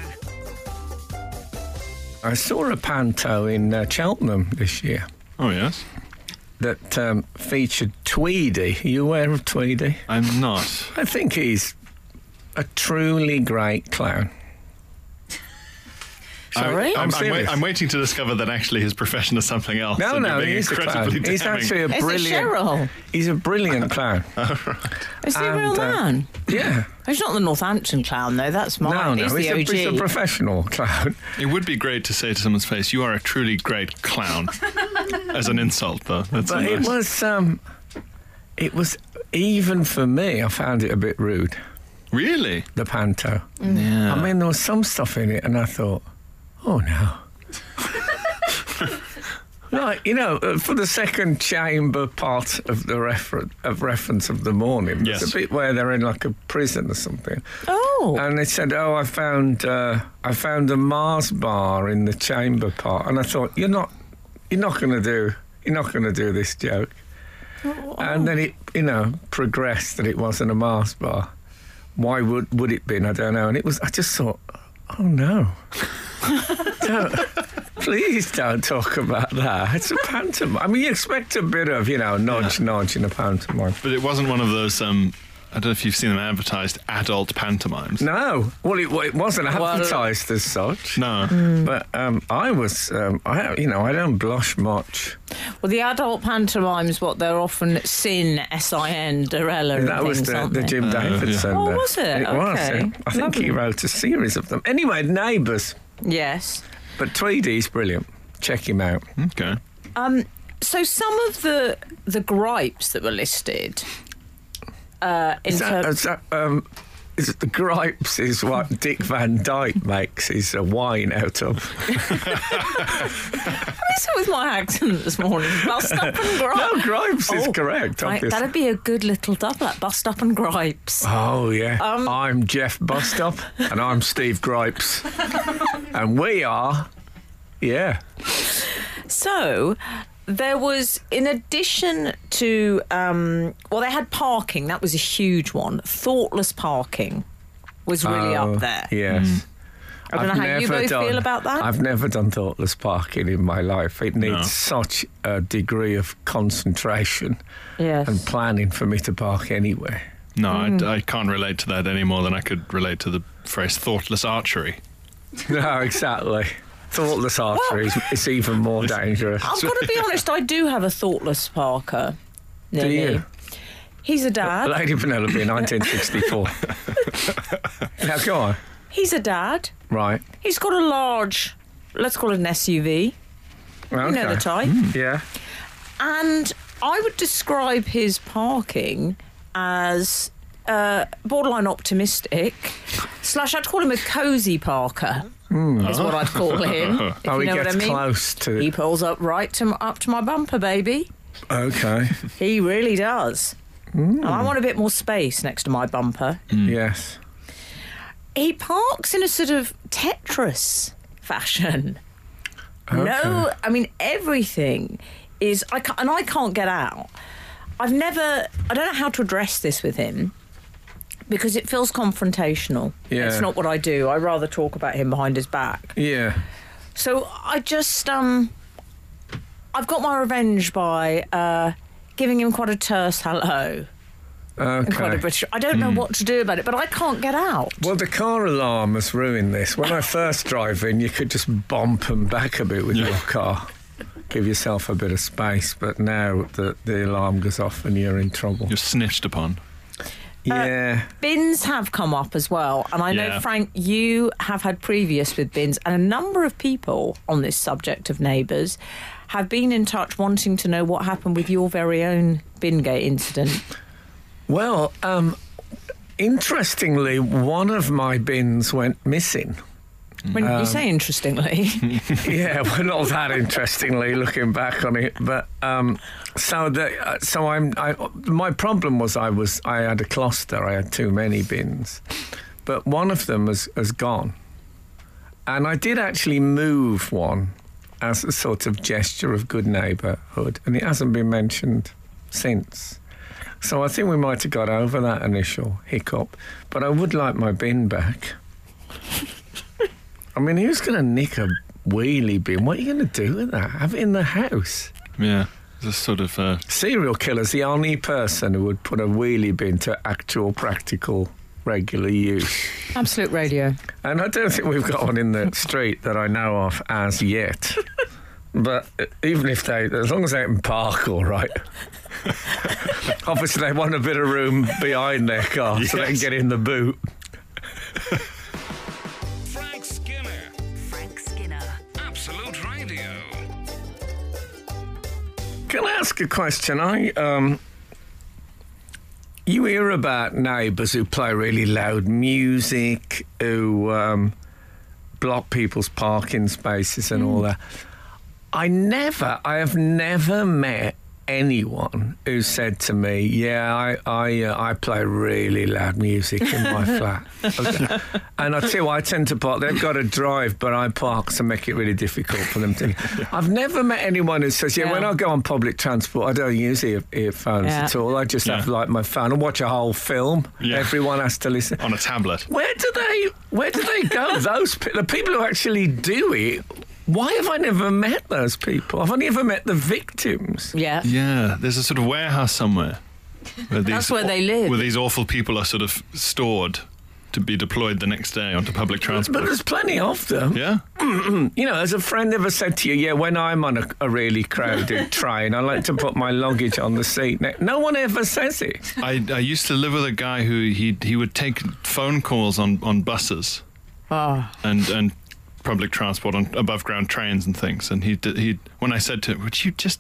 I saw a panto in uh, Cheltenham this year Oh, yes. that um, featured Tweedy. Are you aware of Tweedy? I'm not. I think he's a truly great clown. Sorry? I'm, I'm I'm, wait, serious. I'm waiting to discover that actually his profession is something else. No, and you're no, being he's a clown. incredibly He's damning. actually a It's brilliant. a Cheryl. He's a brilliant clown. Is he a real And, uh, man? Yeah. He's not the Northampton clown, though. That's mine. No, no, he's, he's the a, OG. he's a professional clown. It would be great to say to someone's face, "You are a truly great clown," as an insult, though. That's But nice. it was, um, it was even for me. I found it a bit rude. really. The panto. Yeah. Mm. I mean, there was some stuff in it, and I thought, oh no. Like you know, uh, for the second chamber part of the refer- of reference of the morning, Yes. there's a bit where they're in like a prison or something, oh. and they said, "Oh, I found uh, I found a Mars bar in the chamber part," and I thought, "You're not you're not going to do you're not going to do this joke," and then it you know progressed that it wasn't a Mars bar. Why would would it been? I don't know. And it was. I just thought, "Oh no." Don't- Please don't talk about that. It's a pantomime. I mean, you expect a bit of, you know, nudge, nudge in a pantomime. But it wasn't one of those. Um, I don't know if you've seen them advertised adult pantomimes. No. Well, it, it wasn't advertised as such. No. But um, I was, um, I you know, I don't blush much. Well, the adult pantomimes, what they're often sin, S I N, Dorella, and that was things, the, aren't the they? Jim yeah. Davidson. Oh, there. was it? It was. Okay. yeah. I think he Lovely. wrote a series of them. Anyway, Neighbours. Yes. But Tweedy's brilliant. Check him out. Okay. Um, so some of the the gripes that were listed uh, in Is that, terms. is that, um, is it the gripes is what Dick Van Dyke makes his uh, wine out of. Listen with my accent this morning. Bust up and gripe. No, Oh, gripes is correct, Oh, right, obviously. that'd be a good little double up. Bust up and gripes. Oh, yeah. Um, I'm Jeff Bustup and I'm Steve Gripes. and we are, yeah. So there was, in addition to, um, well, they had parking. That was a huge one. Thoughtless parking was really Oh, up there. Yes. I don't know how you never both feel about that. I've never done thoughtless parking in my life. It needs No. such a degree of concentration Yes. and planning for me to park anywhere. No, Mm. I, I can't relate to that any more than I could relate to the phrase "thoughtless archery." no, exactly. Thoughtless archery is it's even more dangerous. I've got to be honest. I do have a thoughtless parker. Do near me. you? He's a dad. Lady Penelope, 1964. now, go on. He's a dad. Right. He's got a large, let's call it an SUV. You know Okay. Hmm. the type. Yeah. And I would describe his parking as uh, borderline optimistic. Slash, I'd call him a cozy Parker. Is what I'd call him. if Hmm. Oh, you he know gets what I mean. close to. He pulls up right to m- up to my bumper, baby. Okay. He really does. Hmm. And I want a bit more space next to my bumper. Yes. He parks in a sort of Tetris fashion. No, I mean everything is. I ca and I can't get out. I've never. I don't know how to address this with him because it feels confrontational. Yeah. It's not what I do. I rather talk about him behind his back. Yeah. So I just um, I've got my revenge by uh, giving him quite a terse hello and quite a Okay. Hmm. British. I don't know what to do about it, but I can't get out. Well, the car alarm has ruined this. When I first drive in, you could just bump them back a bit with your car, give yourself a bit of space. But now the, the alarm goes off and you're in trouble. You're snitched upon. yeah. Bins have come up as well. And I Yeah. know, Frank, you have had previous with bins, and a number of people on this subject of neighbours have been in touch wanting to know what happened with your very own Bingate incident. Well, um, interestingly, one of my bins went missing. When Um, you say interestingly, yeah, well, not that interestingly looking back on it, but um, so the uh, so I'm I, my problem was I was I had a cluster, I had too many bins, but one of them has has gone, and I did actually move one as a sort of gesture of good neighbourhood, and it hasn't been mentioned since. So I think we might have got over that initial hiccup, but I would like my bin back. I mean, who's going to nick a wheelie bin? What are you going to do with that? Have it in the house. Yeah. This sort of uh, Serial killer's the only person who would put a wheelie bin to actual practical regular use. absolute radio. And I don't think we've got one in the street that I know of as yet. But uh, even if they, as long as they can park all right. Obviously, they want a bit of room behind their car so they can Yes. get in the boot. Frank Skinner. Frank Skinner. Absolute Radio. Can I ask a question? I um, you hear about neighbours who play really loud music, who um, block people's parking spaces and all that. I never, I have never met anyone who said to me, "Yeah, I I, uh, I play really loud music in my flat." Okay. and I tell you, what, I tend to park. They've got to drive, but I park to make it really difficult for them to. I've never met anyone who says, "Yeah, when Yeah. I go on public transport, I don't use ear- earphones Yeah. at all. I just have Yeah. like my phone and watch a whole film. Yeah. Everyone has to listen." on a tablet. Where do they? Where do they go? those pe- the people who actually do it. Why have I never met those people? I've only ever met the victims. Yeah. Yeah, there's a sort of warehouse somewhere. Where these, That's where they live. Where these awful people are sort of stored to be deployed the next day onto public But transport. there's plenty of them. Yeah? You know, as a friend ever said to you, yeah, when I'm on a, a really crowded train, I like to put my luggage on the seat. next- No one ever says it. I, I used to live with a guy who he, he would take phone calls on, on buses Oh, and, and public transport on above ground trains and things. And he did, he when I said to him, Would you just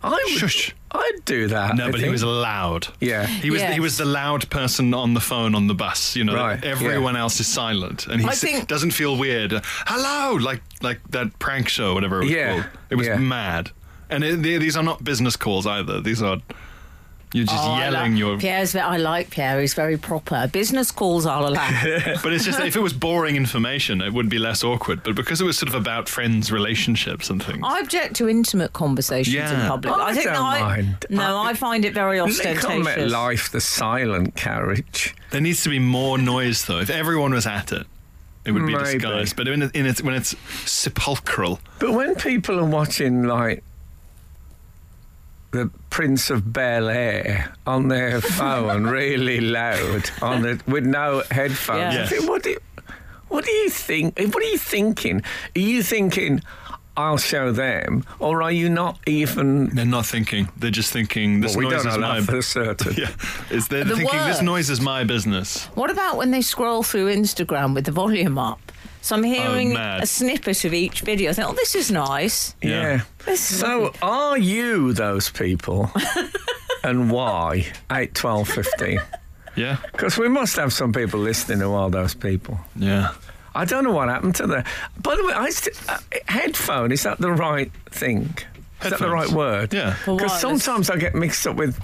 I would, shush? I'd do that. No, I but he think. was loud. Uh, Yeah. He was, Yes. he was the loud person on the phone on the bus. You know, Right, everyone else is silent, and he I s- think- doesn't feel weird. Hello, like like that prank show, whatever it was Yeah, called. It was yeah. mad, and it, the- these are not business calls either. These are you're just Oh, yelling your. Pierre's. ve- I like Pierre. He's very proper. Business calls I'll allow. But it's just that if it was boring information, it would be less awkward. But because it was sort of about friends' relationships and things, I object to intimate conversations in Yeah. public. I think don't that I, mind. No, I, find it very They can't make ostentatious. life the silent carriage. there needs to be more noise though. If everyone was at it, it would be Maybe. disguised. But in, in it's, when it's sepulchral, But when people are watching like the Prince of Bel Air on their phone, really loud, on the with no headphones, Yeah. I think, what do you, what do you think? What are you thinking? Are you thinking? I'll show them, or are you not even? they're not thinking. They're just thinking this Well, we noise don't is know my that for certain. Yeah, it's they're The thinking worst. this noise is my business. What about when they scroll through Instagram with the volume up? So I'm hearing mad. a snippet of each video. I think, oh, this is nice. Yeah. This is So, are you those people, and why? Eight, twelve, fifteen. Yeah, Because we must have some people listening who are those people. yeah. I don't know what happened to the. By the way, I st- uh, headphone is that the right thing? Is that the Headphones. right word? Yeah. For Because wireless. sometimes I get mixed up with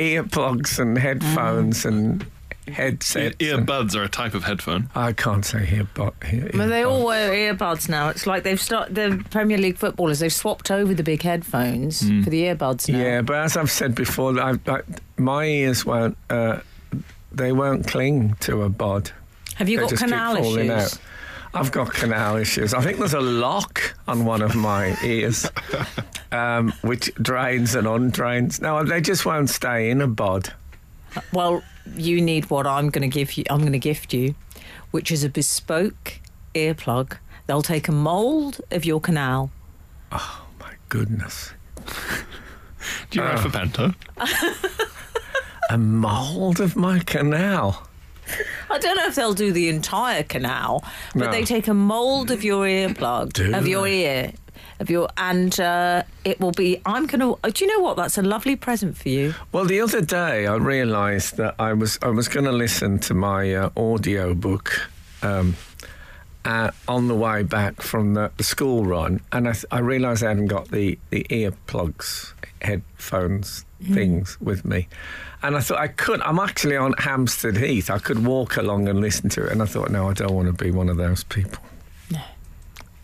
earplugs and headphones and headsets. Ear- and- Earbuds are a type of headphone. I can't say earbud. Ear- But they earbud. all wear earbuds now. It's like they've start the Premier League footballers. They've swapped over the big headphones for the earbuds now. Hmm. Yeah, but as I've said before, I, I, my ears won't. Uh, they won't cling to a bod. Have you They got just keep canal falling issues? out. I've got canal issues. I think there's a lock on one of my ears, um, which drains and undrains. No, they just won't stay in a bod. Well, you need what I'm going to give you. I'm going to gift you, which is a bespoke earplug. They'll take a mould of your canal. My goodness. Do you ride Oh. for Panto? A mould of my canal. I don't know if they'll do the entire canal, but No. they take a mould of your earplug Do of your they? ear. of your, and uh, it will be. I'm gonna. oh, Do you know what? That's a lovely present for you. Well, the other day I realised that I was I was going to listen to my uh, audio book um, uh, on the way back from the, the school run, and I, th- I realised I hadn't got the the earplugs, headphones things with me, and I thought I could. I'm actually on Hampstead Heath. I could walk along and listen to it, and I thought, no, I don't want to be one of those people. No.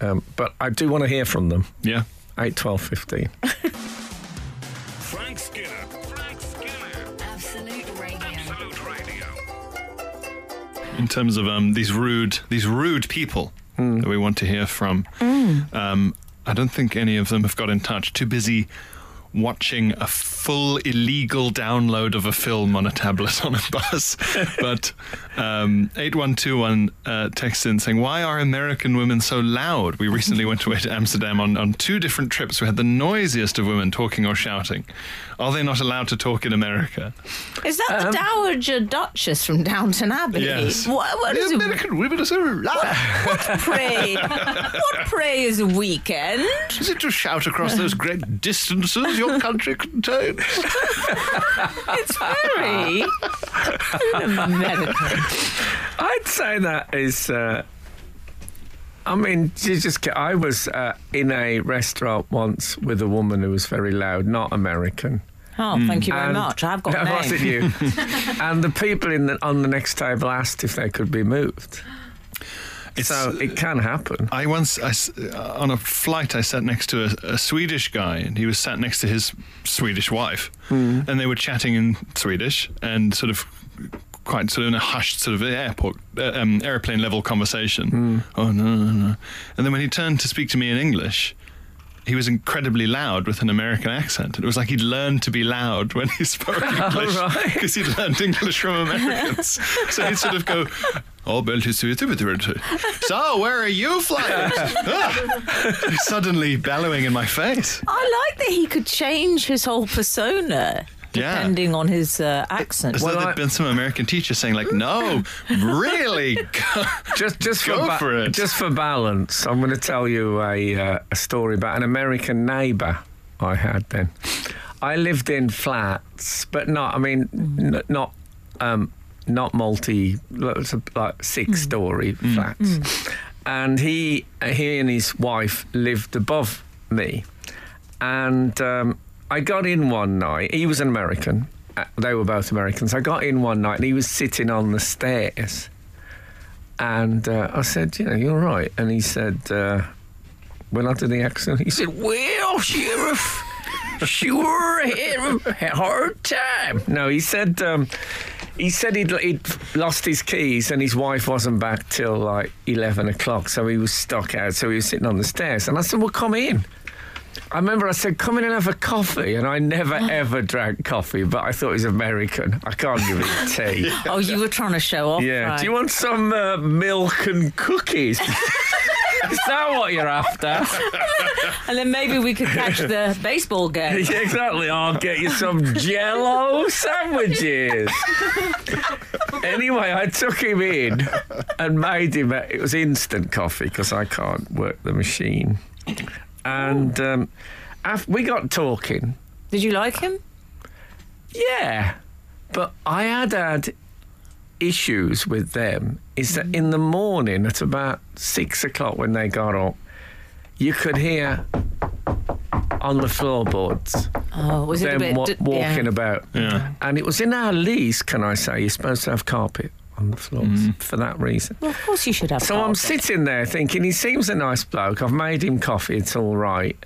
Um, but I do want to hear from them. Yeah. 8, 12, 15. Frank Skinner. Frank Skinner. Absolute Radio. Absolute Radio. in terms of um, these rude these rude people that we want to hear from. Um, I don't think any of them have got in touch. Too busy watching a full illegal download of a film on a tablet on a bus. but um, eight one two one uh, texts in saying, "Why are American women so loud?" We recently went away to Amsterdam on on two different trips. We had the noisiest of women talking or shouting. Are they not allowed to talk in America? Is that the Dowager Duchess from Downton Abbey? What, what is The a American women are so loud. pray? what pray is a weekend? Is it to shout across those great distances your country contains? It's very American. I'd say that is. Uh, I mean, you just. get- I was uh, in a restaurant once with a woman who was very loud, not American. Oh, thank you very Mm. much. I've got a no, was name. it you? and the people in the, on the next table asked if they could be moved. so it can happen. I once, I s uh, on a flight, I sat next to a, a Swedish guy, and he was sat next to his Swedish wife, and they were chatting in Swedish and sort of quite sort of in a hushed sort of airport uh, um, airplane level conversation. Oh no, no, no! And then when he turned to speak to me in English. He was incredibly loud with an American accent. It was like he'd learned to be loud when he spoke English. Oh, right. because he'd learned English from Americans. so he'd sort of go, "Oh, Bill, you see it, it, it, it. So, where are you flying?" Ah! Suddenly bellowing in my face. I like that he could change his whole persona Yeah. depending on his uh, accent. As though Well, I- there'd been some American teacher saying, like, "No, really." Just, just Go for, for it. just for balance, I'm going to tell you a, uh, a story about an American neighbour I had then. I lived in flats, but not. I mean, n- not um, not multi, lots of, like six story Mm. flats. And he he and his wife lived above me, and um, I got in one night. He was an American. Uh, They were both Americans. I got in one night, and he was sitting on the stairs. And uh, I said, you know, you're right. And he said, uh, when I did the accent, he said, well, Sheriff, sure had a hard time. No, he said, um, he said he'd, he'd lost his keys and his wife wasn't back till like 11 o'clock. So he was stuck out. So he was sitting on the stairs. And I said, well, come in. I remember I said, come in and have a coffee. And I never, ever drank coffee, but I thought he's American. I can't give him tea. Oh, you were trying to show off. Yeah. right. Do you want some uh, milk and cookies? Is that what you're after? and then maybe we could catch the baseball game. Yeah, exactly. I'll get you some jello sandwiches. anyway, I took him in and made him. A, it was instant coffee because I can't work the machine. And um, af- we got talking. Did you like him? Yeah, but I had had issues with them. Is that in the morning at about six o'clock when they got up, you could hear on the floorboards Oh, was it a them bit wa- d- walking yeah. about. Yeah. And it was in our lease, can I say, you're supposed to have carpet on the floors for that reason. Well, of course you should have. So I'm carpet. sitting there thinking, he seems a nice bloke. I've made him coffee. It's all right.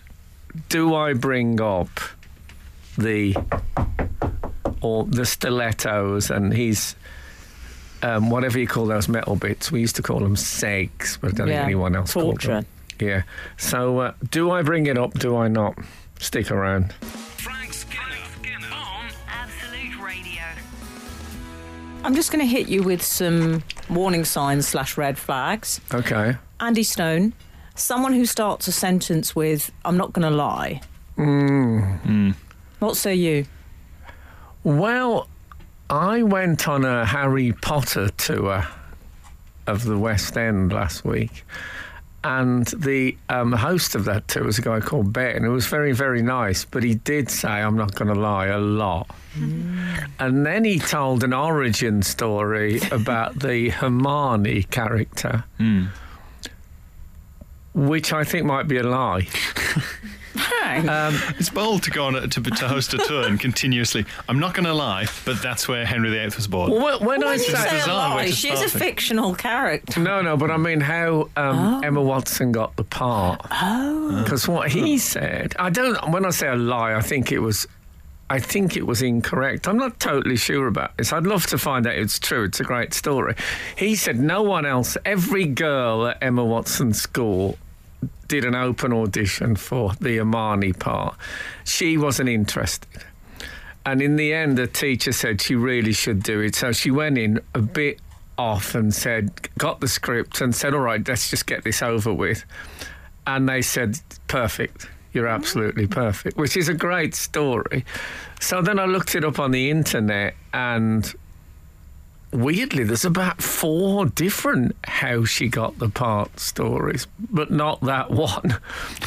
Do I bring up the or the stilettos and his um, whatever you call those metal bits? We used to call them segs, but I don't Yeah. think anyone else called them. Torture. Yeah. So uh, do I bring it up? Do I not? Stick around. Frank Skinner. On Absolute Radio. I'm just going to hit you with some warning signs slash red flags. Okay. Andy Stone, someone who starts a sentence with "I'm not going to lie." Mm. What say you? Well, I went on a Harry Potter tour of the West End last week, And the um, host of that tour was a guy called Ben, who was very, very nice, but he did say, I'm not going to lie, a lot. And then he told an origin story about the Hermione character, which I think might be a lie. It's bold to go on a, to, to host a tour and continuously. I'm not going to lie, but that's where Henry VIII was born. Well, wh- when I When you say, a say a bizarre way lie, to she's a start it. fictional character. No, no, but I mean how um, Emma Watson got the part. Oh, because what he said, I don't. When I say a lie, I think it was, I think it was incorrect. I'm not totally sure about this. I'd love to find out. if It's true. It's a great story. He said no one else. Every girl at Emma Watson's school did an open audition for the Amani part. She wasn't interested. And in the end, the teacher said she really should do it. So she went in a bit off and said, got the script and said, all right, let's just get this over with. And they said, perfect. You're absolutely perfect, which is a great story. So then I looked it up on the internet and. Weirdly, there's about four different how she got the part stories, but not that one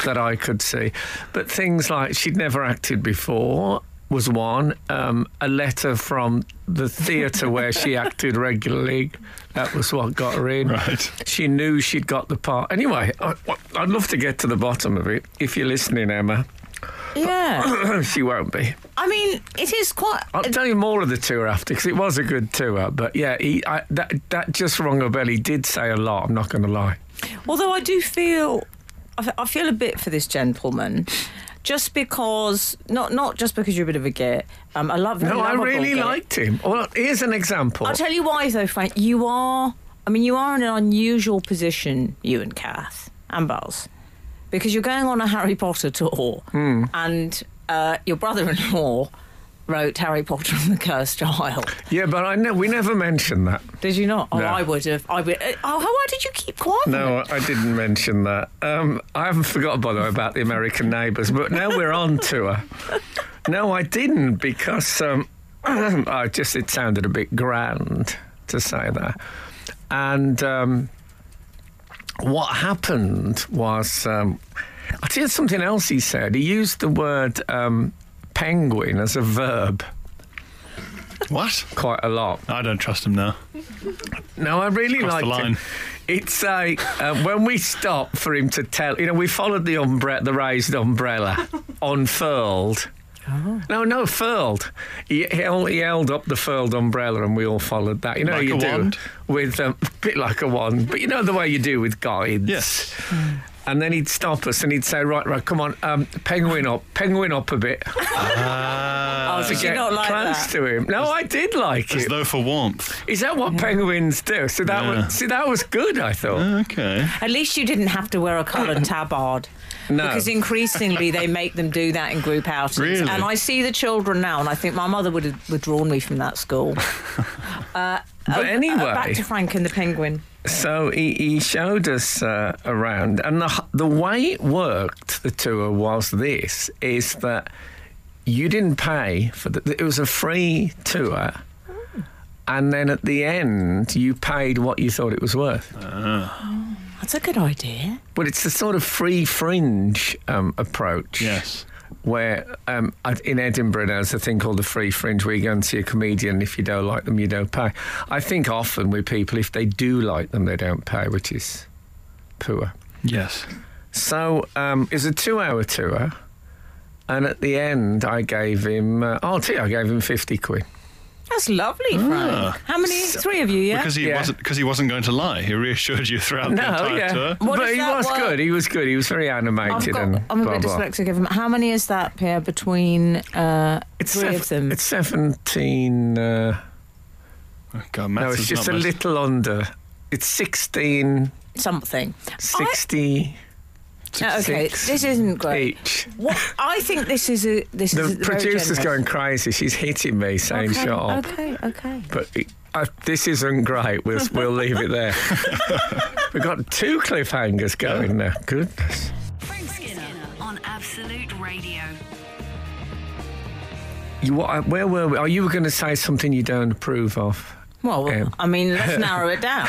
that I could see. But things like she'd never acted before, was one. Um, a letter from the theatre where she acted regularly. That was what got her in. Right. She knew she'd got the part. Anyway, I, I'd love to get to the bottom of it. If you're listening, Emma, Yeah. she won't be. I mean, it is quite. I'll tell you more of the tour after because it was a good tour. But yeah, he, I, that that just rung a bell. He did say a lot. I'm not going to lie. Although I do feel, I f- I feel a bit for this gentleman, just because not not just because you're a bit of a git. Um, I love. No, I lovable really git. liked him. Well, here's an example. I'll tell you why though, Frank. You are. I mean, you are in an unusual position, you and Kath and Buzz, because you're going on a Harry Potter tour, Hmm. and uh, your brother-in-law wrote Harry Potter and the Cursed Child. yeah, but I know we never mentioned that. Did you not? Oh, No. I would have. I would. uh, Oh, how, why did you keep quiet? No, I didn't mention that. Um, I haven't forgotten, by the way, about the American Neighbours, but now we're on tour. No, I didn't because um, I just it sounded a bit grand to say that. And um, what happened was, um, I did something else he said. He used the word um, penguin as a verb What? quite a lot. I don't trust him now. No, I really like Crossed the line. it. It's like uh, when we stopped for him to tell. You know, we followed the umbre- the raised umbrella, unfurled. Oh. No, no, furled. He, he held- he held up the furled umbrella, and we all followed that. You know, how Like you a do wand? with um, a bit like a wand, but you know the way you do with guides. Yes. And then he'd stop us, and he'd say, "Right, right, come on, um, penguin up, penguin up a bit." Uh, Oh, did you Get not like close that? to him. No, I did like As it. though for warmth. Is that what penguins do? So that Yeah. was see that was good. I thought. Okay. At least you didn't have to wear a coloured tabard. No. Because increasingly they make them do that in group outings. Really? And I see the children now, and I think my mother would have withdrawn me from that school. But anyway, Uh, back to Frank and the Penguin. so he, he showed us uh, around, and the h- the way it worked, the tour was this: is that you didn't pay for the, it was a free tour, and then at the end you paid what you thought it was worth. That's a good idea. But it's the sort of free fringe um, approach. Yes. Where um, I- in Edinburgh there's a thing called the free fringe, where you go and see a comedian. If you don't like them, you don't pay. I think often with people, if they do like them, they don't pay, which is poor. Yes. So um, it's a two-hour tour, and at the end, I gave him. Uh, oh, I'll tell you, I gave him fifty quid. That's lovely, Ah. Frank. How many? Three of you, yeah? Because he Yeah. wasn't. Because he wasn't going to lie. He reassured you throughout the No, entire yeah, tour. What but if he that was were- good. He was good. He was very I've animated got, and I'm a blah bit blah. dyslexic of them. How many is that, Pierre, between uh, It's three sev- of them? It's seventeen. Uh, Oh, God, No, maths it's is just a not my- little under. It's 16, Something. 60 Uh, okay, six, this isn't great. each. What I think this is a this The is very producer's generous. going crazy. She's hitting me saying, okay, shut up. Okay, okay. But it, I, this isn't great. We'll, we'll leave it there. We've got two cliffhangers going now. Goodness. Frank Skinner on Absolute Radio. You, what, where were we? Oh, you were going to say something you don't approve of. Well, Um, I mean, let's narrow it down.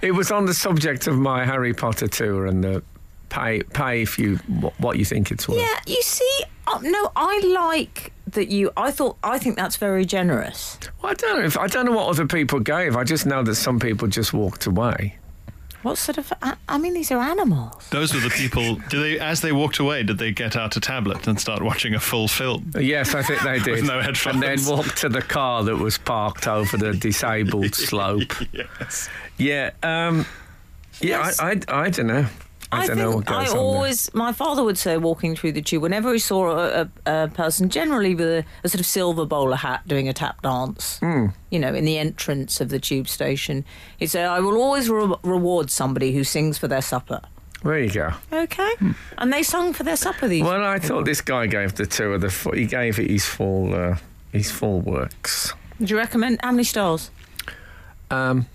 It was on the subject of my Harry Potter tour and the pay pay if you wh- what you think it's worth. Yeah, you see, oh, no, I like that you. I thought, I think that's very generous. Well, I don't know if I don't know what other people gave. I just know that some people just walked away. What sort of? I, I mean, these are animals. Those were the people. Did they, as they walked away, did they get out a tablet and start watching a full film? Yes, I think they did. no headphones. and then walked to the car that was parked over the disabled slope. Yes. Yeah, um, yeah. Yes. I, I, I don't know. I, don't know what think goes I on. there. always, my father would say, walking through the tube, whenever he saw a, a, a person, generally with a, a sort of silver bowler hat, doing a tap dance, Hmm. you know, in the entrance of the tube station, he'd say, "I will always re- reward somebody who sings for their supper." There you go. Okay, and they sung for their supper. These Well, I thought this guy gave the two of the. Full, he gave it his full. Uh, his full works. Do you recommend how many stars? Um,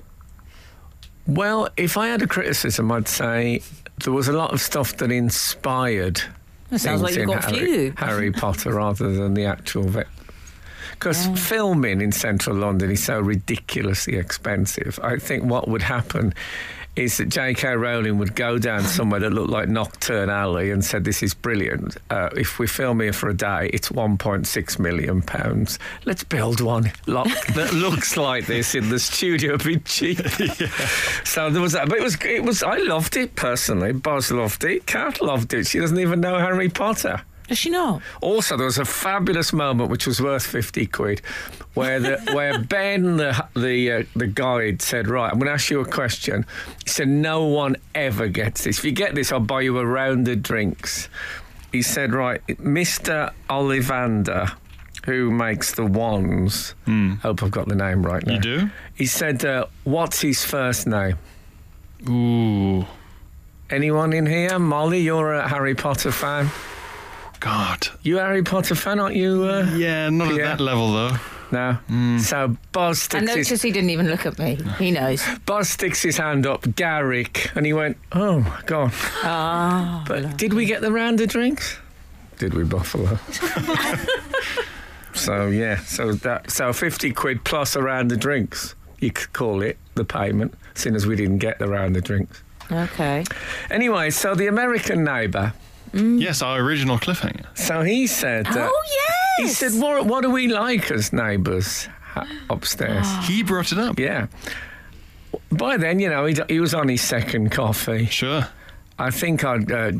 well, if I had a criticism, I'd say there was a lot of stuff that inspired. It sounds like things you've in got a Harry, few. Harry Potter rather than the actual. because filming in central London is so ridiculously expensive. I think what would happen is that J.K. Rowling would go down somewhere that looked like Nocturne Alley and said, "This is brilliant. Uh, if we film here for a day, it's 1.6 million pounds. Let's build one lot that looks like this in the studio. It'd be cheap." So there was that, but it was it was I loved it personally. Boz loved it. Cat loved it. She doesn't even know Harry Potter. Does she not? Also, there was a fabulous moment which was worth fifty quid, where the where Ben the the uh, the guide said, "Right, I'm going to ask you a question." He said, "No one ever gets this. If you get this, I'll buy you a round of drinks." He said, "Right, Mister Ollivander, who makes the wands. Hope I've got the name right now. Hmm. You do? He said, uh, "What's his first name?" Ooh, Anyone in here? Molly, you're a Harry Potter fan. God. You a Harry Potter fan, aren't you? Uh, Yeah, not Yeah. at that level though. No. So Boz And sticks, notice his, he didn't even look at me. He knows. Boz sticks his hand up, Garrick, and he went, "Oh my God!" Ah, But did we get the round of drinks? Did we Buffalo? so yeah, so that so fifty quid plus a round of drinks. You could call it the payment, seeing as we didn't get the round of drinks. okay. Anyway, so the American neighbour, Yes, our original cliffhanger. so he said, uh, Oh he yes. said, what, what are we like as neighbours ha- upstairs? He brought it up. Yeah. By then, you know, he'd, he was on his second coffee. Sure. I think I'd uh,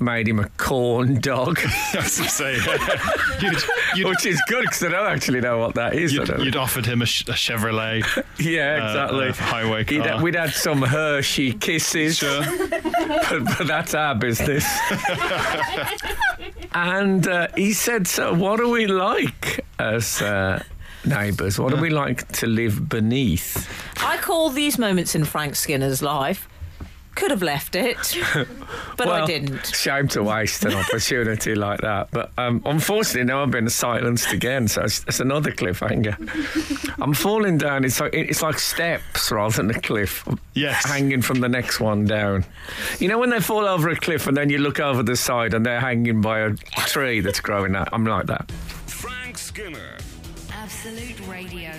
made him a corn dog, I was gonna say, you'd, you'd, which is good because I don't actually know what that is. I you'd, don't- you'd offered him a, sh- a Chevrolet. yeah, exactly. uh, highway He'd car. had- we'd had some Hershey kisses, Sure. but, but that's our business. and uh, he said, "So, what are we like as uh, neighbours? What are we like to live beneath?" I call these moments in Frank Skinner's life. Could have left it, but I Well, didn't. Shame to waste an opportunity like that. But um, unfortunately, now I've been silenced again, so it's, it's another cliffhanger. I'm falling down. It's like it's like steps rather than a cliff. I'm Yes. hanging from the next one down. You know when they fall over a cliff and then you look over the side and they're hanging by a tree that's growing out. I'm like that. Frank Skinner. Absolute Radio.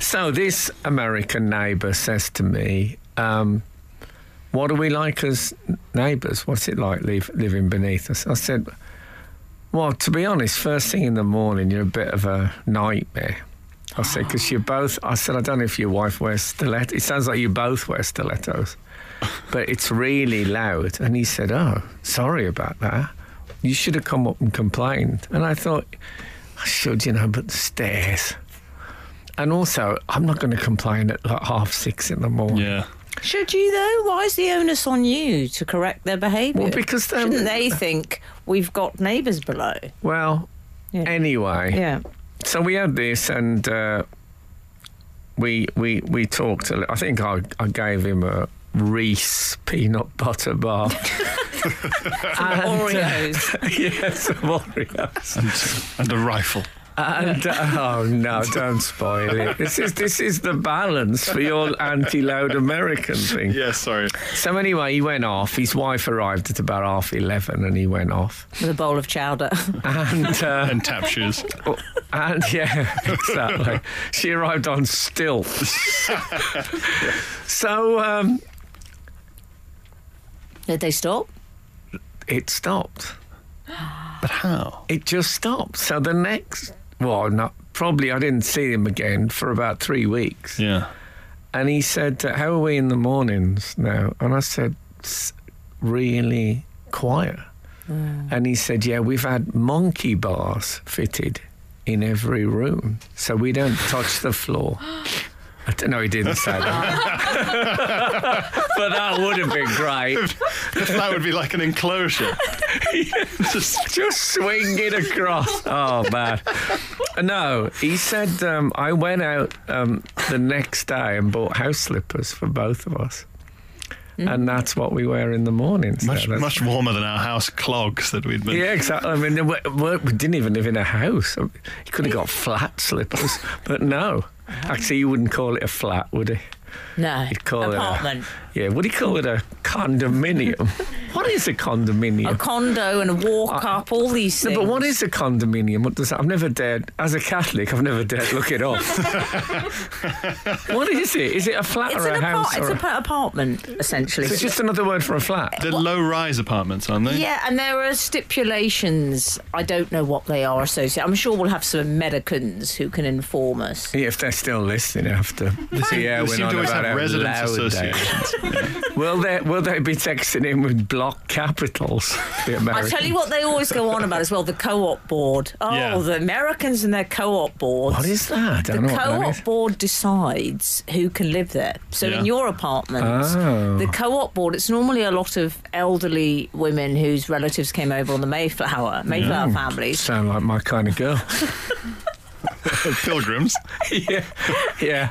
So this American neighbour says to me. Um, what are we like as neighbours? What's it like live, living beneath us? I said, Well, to be honest, first thing in the morning, you're a bit of a nightmare. I said, because you're both, I said, I don't know if your wife wears stilettos. It sounds like you both wear stilettos, but it's really loud. And he said, Oh, sorry about that. You should have come up and complained. And I thought, I should, you know, but the stairs. And also, I'm not going to complain at like half six in the morning. Yeah. Should you though? Why is the onus on you to correct their behaviour? Well, because they're- shouldn't they think we've got neighbours below? Well, Yeah. anyway. Yeah. so we had this and uh, we we we talked a little. I think I, I gave him a Reese peanut butter bar. and, uh, Oreos. yeah, some Oreos. And, and a rifle. And uh, oh no, don't spoil it. This is this is the balance for your anti-loud American thing. Yeah, sorry. So anyway, he went off. His wife arrived at about half eleven, and he went off. with a bowl of chowder. And uh, And tap shoes. and yeah, exactly. She arrived on stilts. so um, Did they stop? it stopped. But how? It just stopped. So the next, well, not probably. I didn't see him again for about three weeks. Yeah. And he said, uh, How are we in the mornings now? And I said, "S- Really quiet. And he said, Yeah, we've had monkey bars fitted in every room. So we don't touch the floor. I don't know, he didn't say that. but that would have been great. that would be like an enclosure. Just Just swing it across. Oh, man. No, he said, um, I went out um, the next day and bought house slippers for both of us. And that's what we wear in the mornings. much now. That's- much warmer than our house clogs that we'd been. Yeah, exactly. I mean, we, we we didn't even live in a house. You could have got flat slippers, but no. Actually, you wouldn't call it a flat, would he? No. You'd call Apartment. it a. Yeah, would he call it a condominium? what is a condominium? A condo and a walk up, all these Uh, No, things. but what is a condominium? What does that? I've never dared, as a Catholic, I've never dared look it up. what is it? Is it a flat It's or an a apart- house? it's or a a- pa- apartment, essentially. so it's just another word for a flat. They're low rise apartments, aren't they? yeah, and there are stipulations. I don't know what they are associated. I'm sure we'll have some Americans who can inform us. Yeah, if they're still listening after the They air went seem on to always about have how residence loud they are. associations. Will they will they be texting in with block capitals? The I Americans. tell you what, they always go on about as well the co-op board. Oh, Yeah. the Americans and their co-op boards. what is that? I don't the know what that co-op is. board decides who can live there. So Yeah. in your apartment, Oh. the co-op board, it's normally a lot of elderly women whose relatives came over on the Mayflower, Mayflower families. Sound like my kind of girl. Pilgrims. yeah, yeah.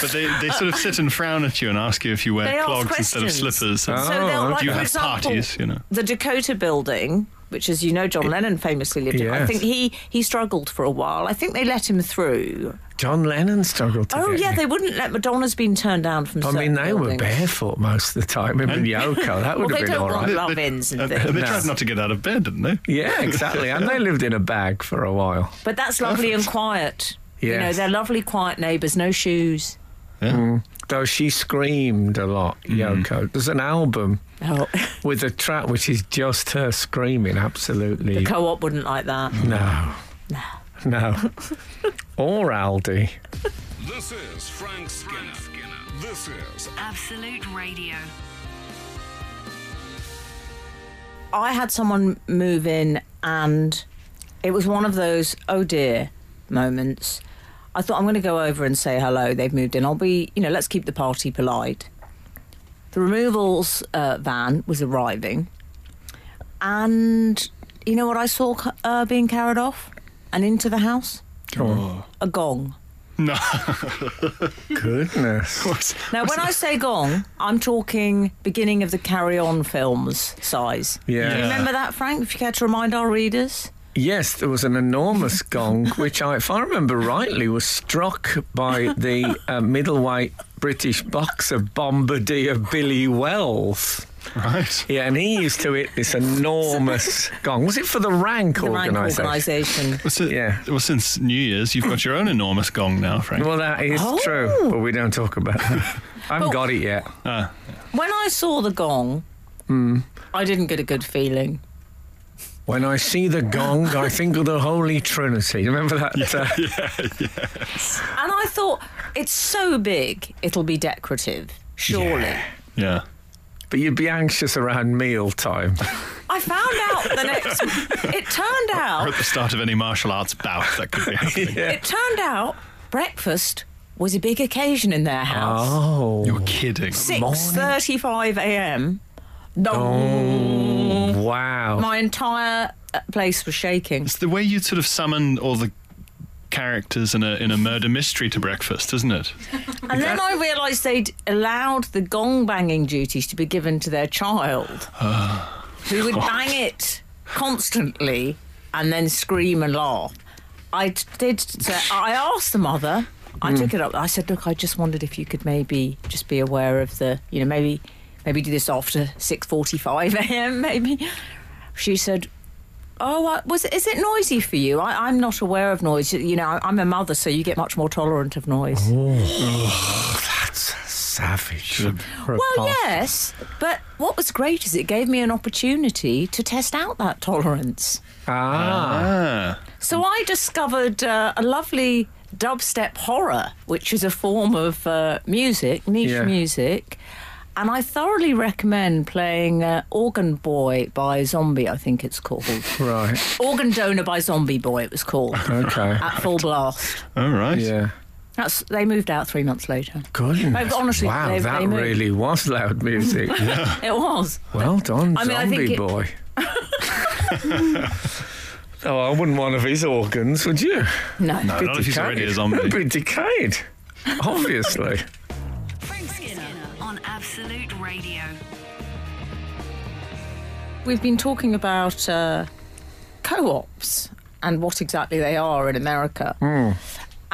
But they, they sort of sit and frown at you and ask you if you They wear ask clogs instead of questions. slippers. So And Oh, they'll, like, do you for have example, parties, you know? The Dakota building, which as you know, John Lennon famously lived in. I Yes. think he, he struggled for a while. I think they let him through. John Lennon struggled to Oh, get yeah, in. they wouldn't let Madonna's been turned down from I mean, certain they were buildings. barefoot most of the time. I mean, Yoko, that would Well, they have been don't all want right. love They- ins and uh, things. They tried not to get out of bed, didn't they? Yeah, exactly. And they lived in a bag for a while. But that's lovely and quiet. You know, Yes. they're lovely, quiet neighbours, no shoes. Yeah. Though she screamed a lot, Yoko. There's an album Oh, with a track which is just her screaming, absolutely. the co op wouldn't like that. no. No. No. or Aldi. This is Frank Skinner. This is Absolute Radio. I had someone move in and it was one of those, oh dear moments. I thought, I'm going to go over and say hello. They've moved in. I'll be, you know, let's keep the party polite. The removals uh, van was arriving. And you know what I saw c- uh, being carried off and into the house? Go on. A gong. No. Goodness. Now, when I say gong, I'm talking beginning of the Carry On films size. Yeah. Yeah. Remember that, Frank? If you care to remind our readers. Yes, there was an enormous gong, which, I, if I remember rightly, was struck by the uh, middleweight British boxer bombardier Billy Wells. right. Yeah, and he used to hit this enormous gong. Was it for the rank The rank organisation? organisation. Well, si- Yeah. well, since New Year's, you've got your own enormous gong now, Frank. Well, that is Oh. true, but we don't talk about that. I haven't Well- got it yet. Ah, When I saw the gong, I didn't get a good feeling. When I see the gong, I think of the Holy Trinity. Remember that? uh, And I thought, it's so big, it'll be decorative, surely. yeah. But you'd be anxious around mealtime. I found out the next. it turned Or out. at the start of any martial arts bout, that could be happening. It turned out breakfast was a big occasion in their house. Oh. You're kidding. Six thirty-five a.m. Dong. Wow. My entire uh, place was shaking. It's the way you sort of summon all the characters in a in a murder mystery to breakfast, isn't it? And then I realised they'd allowed the gong banging duties to be given to their child, who would bang it constantly and then scream and laugh. I t- did. Say, I asked the mother. I took it up. I said, "Look, I just wondered if you could maybe just be aware of the, you know, maybe, maybe do this after six forty-five a.m. Maybe." She said, "Oh, I- was is it noisy for you? I, I'm not aware of noise. You know, I, I'm a mother, so you get much more tolerant of noise." Savage. Well, Repulsive. yes, but what was great is it gave me an opportunity to test out that tolerance. Ah. Ah. So I discovered uh, a lovely dubstep horror, which is a form of uh, music, niche Yeah. music. And I thoroughly recommend playing uh, Organ Boy by Zombie, I think it's called. Right. Organ Donor by Zombie Boy, it was called. Okay. At full blast. Ah, All right. Yeah. That's, they moved out three months later. Goodness. No, honestly, wow, they- that they move. really was loud music. It was. well done, I mean, I zombie think it- boy. oh, I wouldn't want of his organs, would you? No. No, not if he's already a zombie. He'd be decayed, obviously. Frank Skinner on Absolute Radio. We've been talking about uh, co ops and what exactly they are in America. Hmm.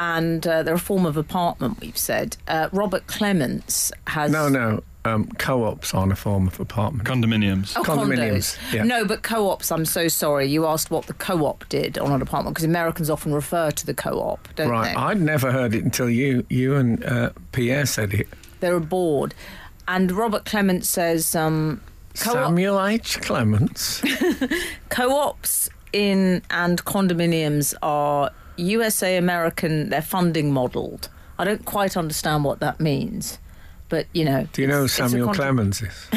And uh, they're a form of apartment, we've said. Uh, Robert Clements has. no, no. Um, co-ops aren't a form of apartment. Condominiums. Oh, Condominiums, condos. yeah. No, but co ops, I'm so sorry. You asked what the co op did on an apartment because Americans often refer to the co op, don't Right, they? I'd never heard it until you, you and uh, Pierre said it. They're a board. And Robert Clements says um, co op Samuel H. Clements. co-ops in and condominiums are USA American. They're funding modelled. I don't quite understand what that means, but you know. Do you know who it's- it's a Samuel condo- Clemens is?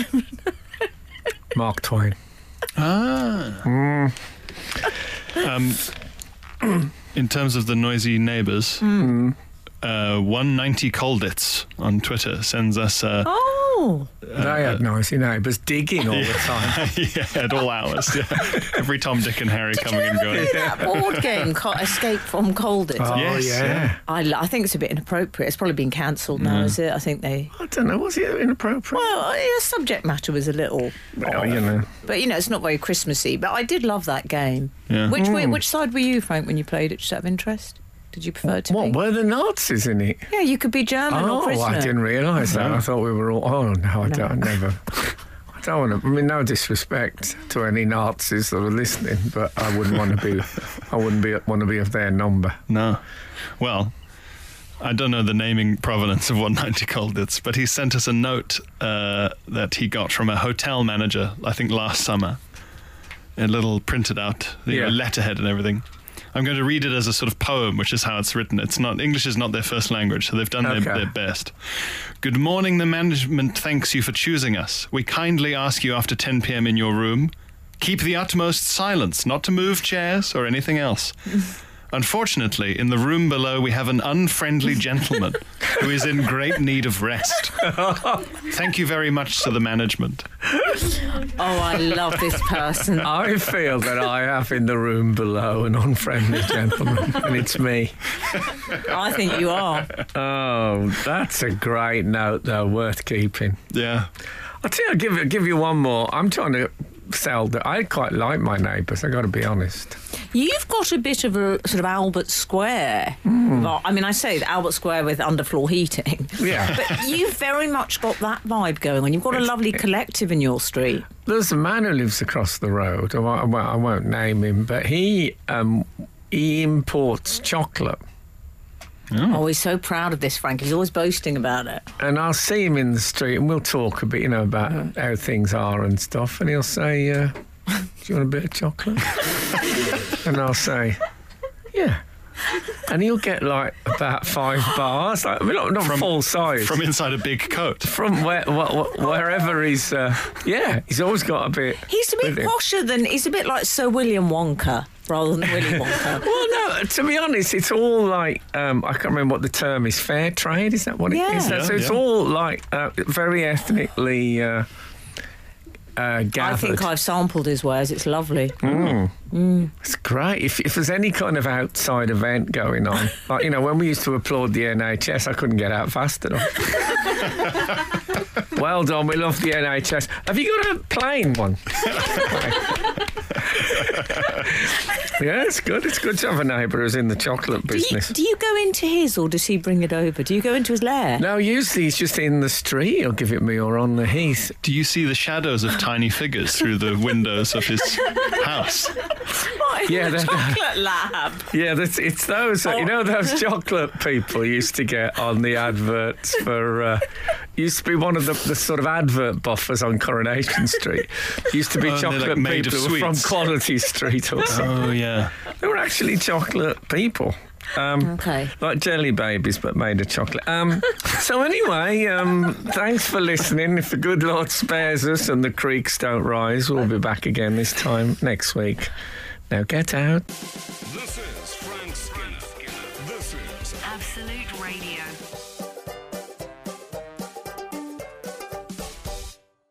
Mark Twain. Ah. Um, in terms of the noisy neighbours, uh, 190 Colditz on Twitter sends us uh, Oh, they had noisy neighbours digging all the time. yeah, at all hours. Yeah. Every Tom, Dick, and Harry coming and going. that board game, Ca- Escape from Colditz. Oh, Yes, yeah. yeah. I, lo- I think it's a bit inappropriate. It's probably been cancelled Mm. now, is it? I think they. I don't know, was it inappropriate? Well, yeah, the subject matter was a little. Well, odd. you know. But you know, it's not very Christmassy. But I did love that game. Yeah. Which Mm. way, which side were you, Frank, when you played it? Just out of interest, did you prefer to? be? What, were the Nazis in it? Yeah, you could be German or Oh, prisoner. I didn't realise that. I thought we were all. Oh, no, I don't. I never. I don't want to. I mean, no disrespect to any Nazis that are listening, but I wouldn't want to be. I wouldn't be want to be of their number. No. Well, I don't know the naming provenance of 190 Colditz, but he sent us a note uh, that he got from a hotel manager, I think last summer. A little printed out, you know, Yeah. letterhead and everything. I'm going to read it as a sort of poem, which is how it's written. It's not English is not their first language, so they've done their, Okay. their best. Good morning. The management thanks you for choosing us. We kindly ask you after 10 p.m. in your room, keep the utmost silence, not to move chairs or anything else. Unfortunately, in the room below, we have an unfriendly gentleman who is in great need of rest. Thank you very much to the management. Oh, I love this person. I feel that I have in the room below an unfriendly gentleman, and it's me. I think you are. Oh, that's a great note, though, worth keeping. Yeah. I'll tell you, I'll give, I'll give you one more. I'm trying to sell that. I quite like my neighbours, i got to be honest. You've got a bit of a sort of Albert Square. Hmm. Well, I mean, I say the Albert Square with underfloor heating. Yeah. But you've very much got that vibe going on. You've got a lovely collective in your street. There's a man who lives across the road. I won't, I won't- I won't name him, but he, um, he imports chocolate. Hmm. Oh, he's so proud of this, Frank. He's always boasting about it. And I'll see him in the street and we'll talk a bit, you know, about how things are and stuff. And he'll say, uh, Do you want a bit of chocolate? and I'll say, Yeah. And he'll get like about five bars, like, I mean, not, not full size. From inside a big coat. from where, wh- wh- wherever he's, uh, yeah, he's always got a bit. He's a with bit him. posher than he's a bit like Sir William Wonka rather than Willy Wonka. Well, no, to be honest, it's all like, um, I can't remember what the term is, fair trade, is that what Yeah. it is? Yeah, so it's yeah. all like uh, very ethnically uh, uh, gathered. I think I've sampled his wares. It's lovely. It's great. If, if there's any kind of outside event going on, like, you know, when we used to applaud the NHS, I couldn't get out fast enough. well done. We love the NHS. Have you got a plain one? Yeah, it's good. It's good to have a neighbour who's in the chocolate Do you, business. do you go into his or does he bring it over? Do you go into his lair? No, usually he's just in the street. He'll give it me or on the heath. Do you see the shadows of tiny figures through the windows of his house? What, in Yeah, the that- chocolate lab. Yeah, that's, it's those. You know those chocolate people used to get on the adverts for. Uh, used to be one of the, the sort of advert buffers on Coronation Street. Used to be Oh, and they're, like, chocolate made of people who were from sweets. Quality Street or something. Oh yeah. They were actually chocolate people. Um, Okay. Like jelly babies, but made of chocolate. Um, so anyway, um, thanks for listening. If the good Lord spares us and the creeks don't rise, we'll be back again this time next week. Now get out. This is Frank Skinner. This is Absolute Radio.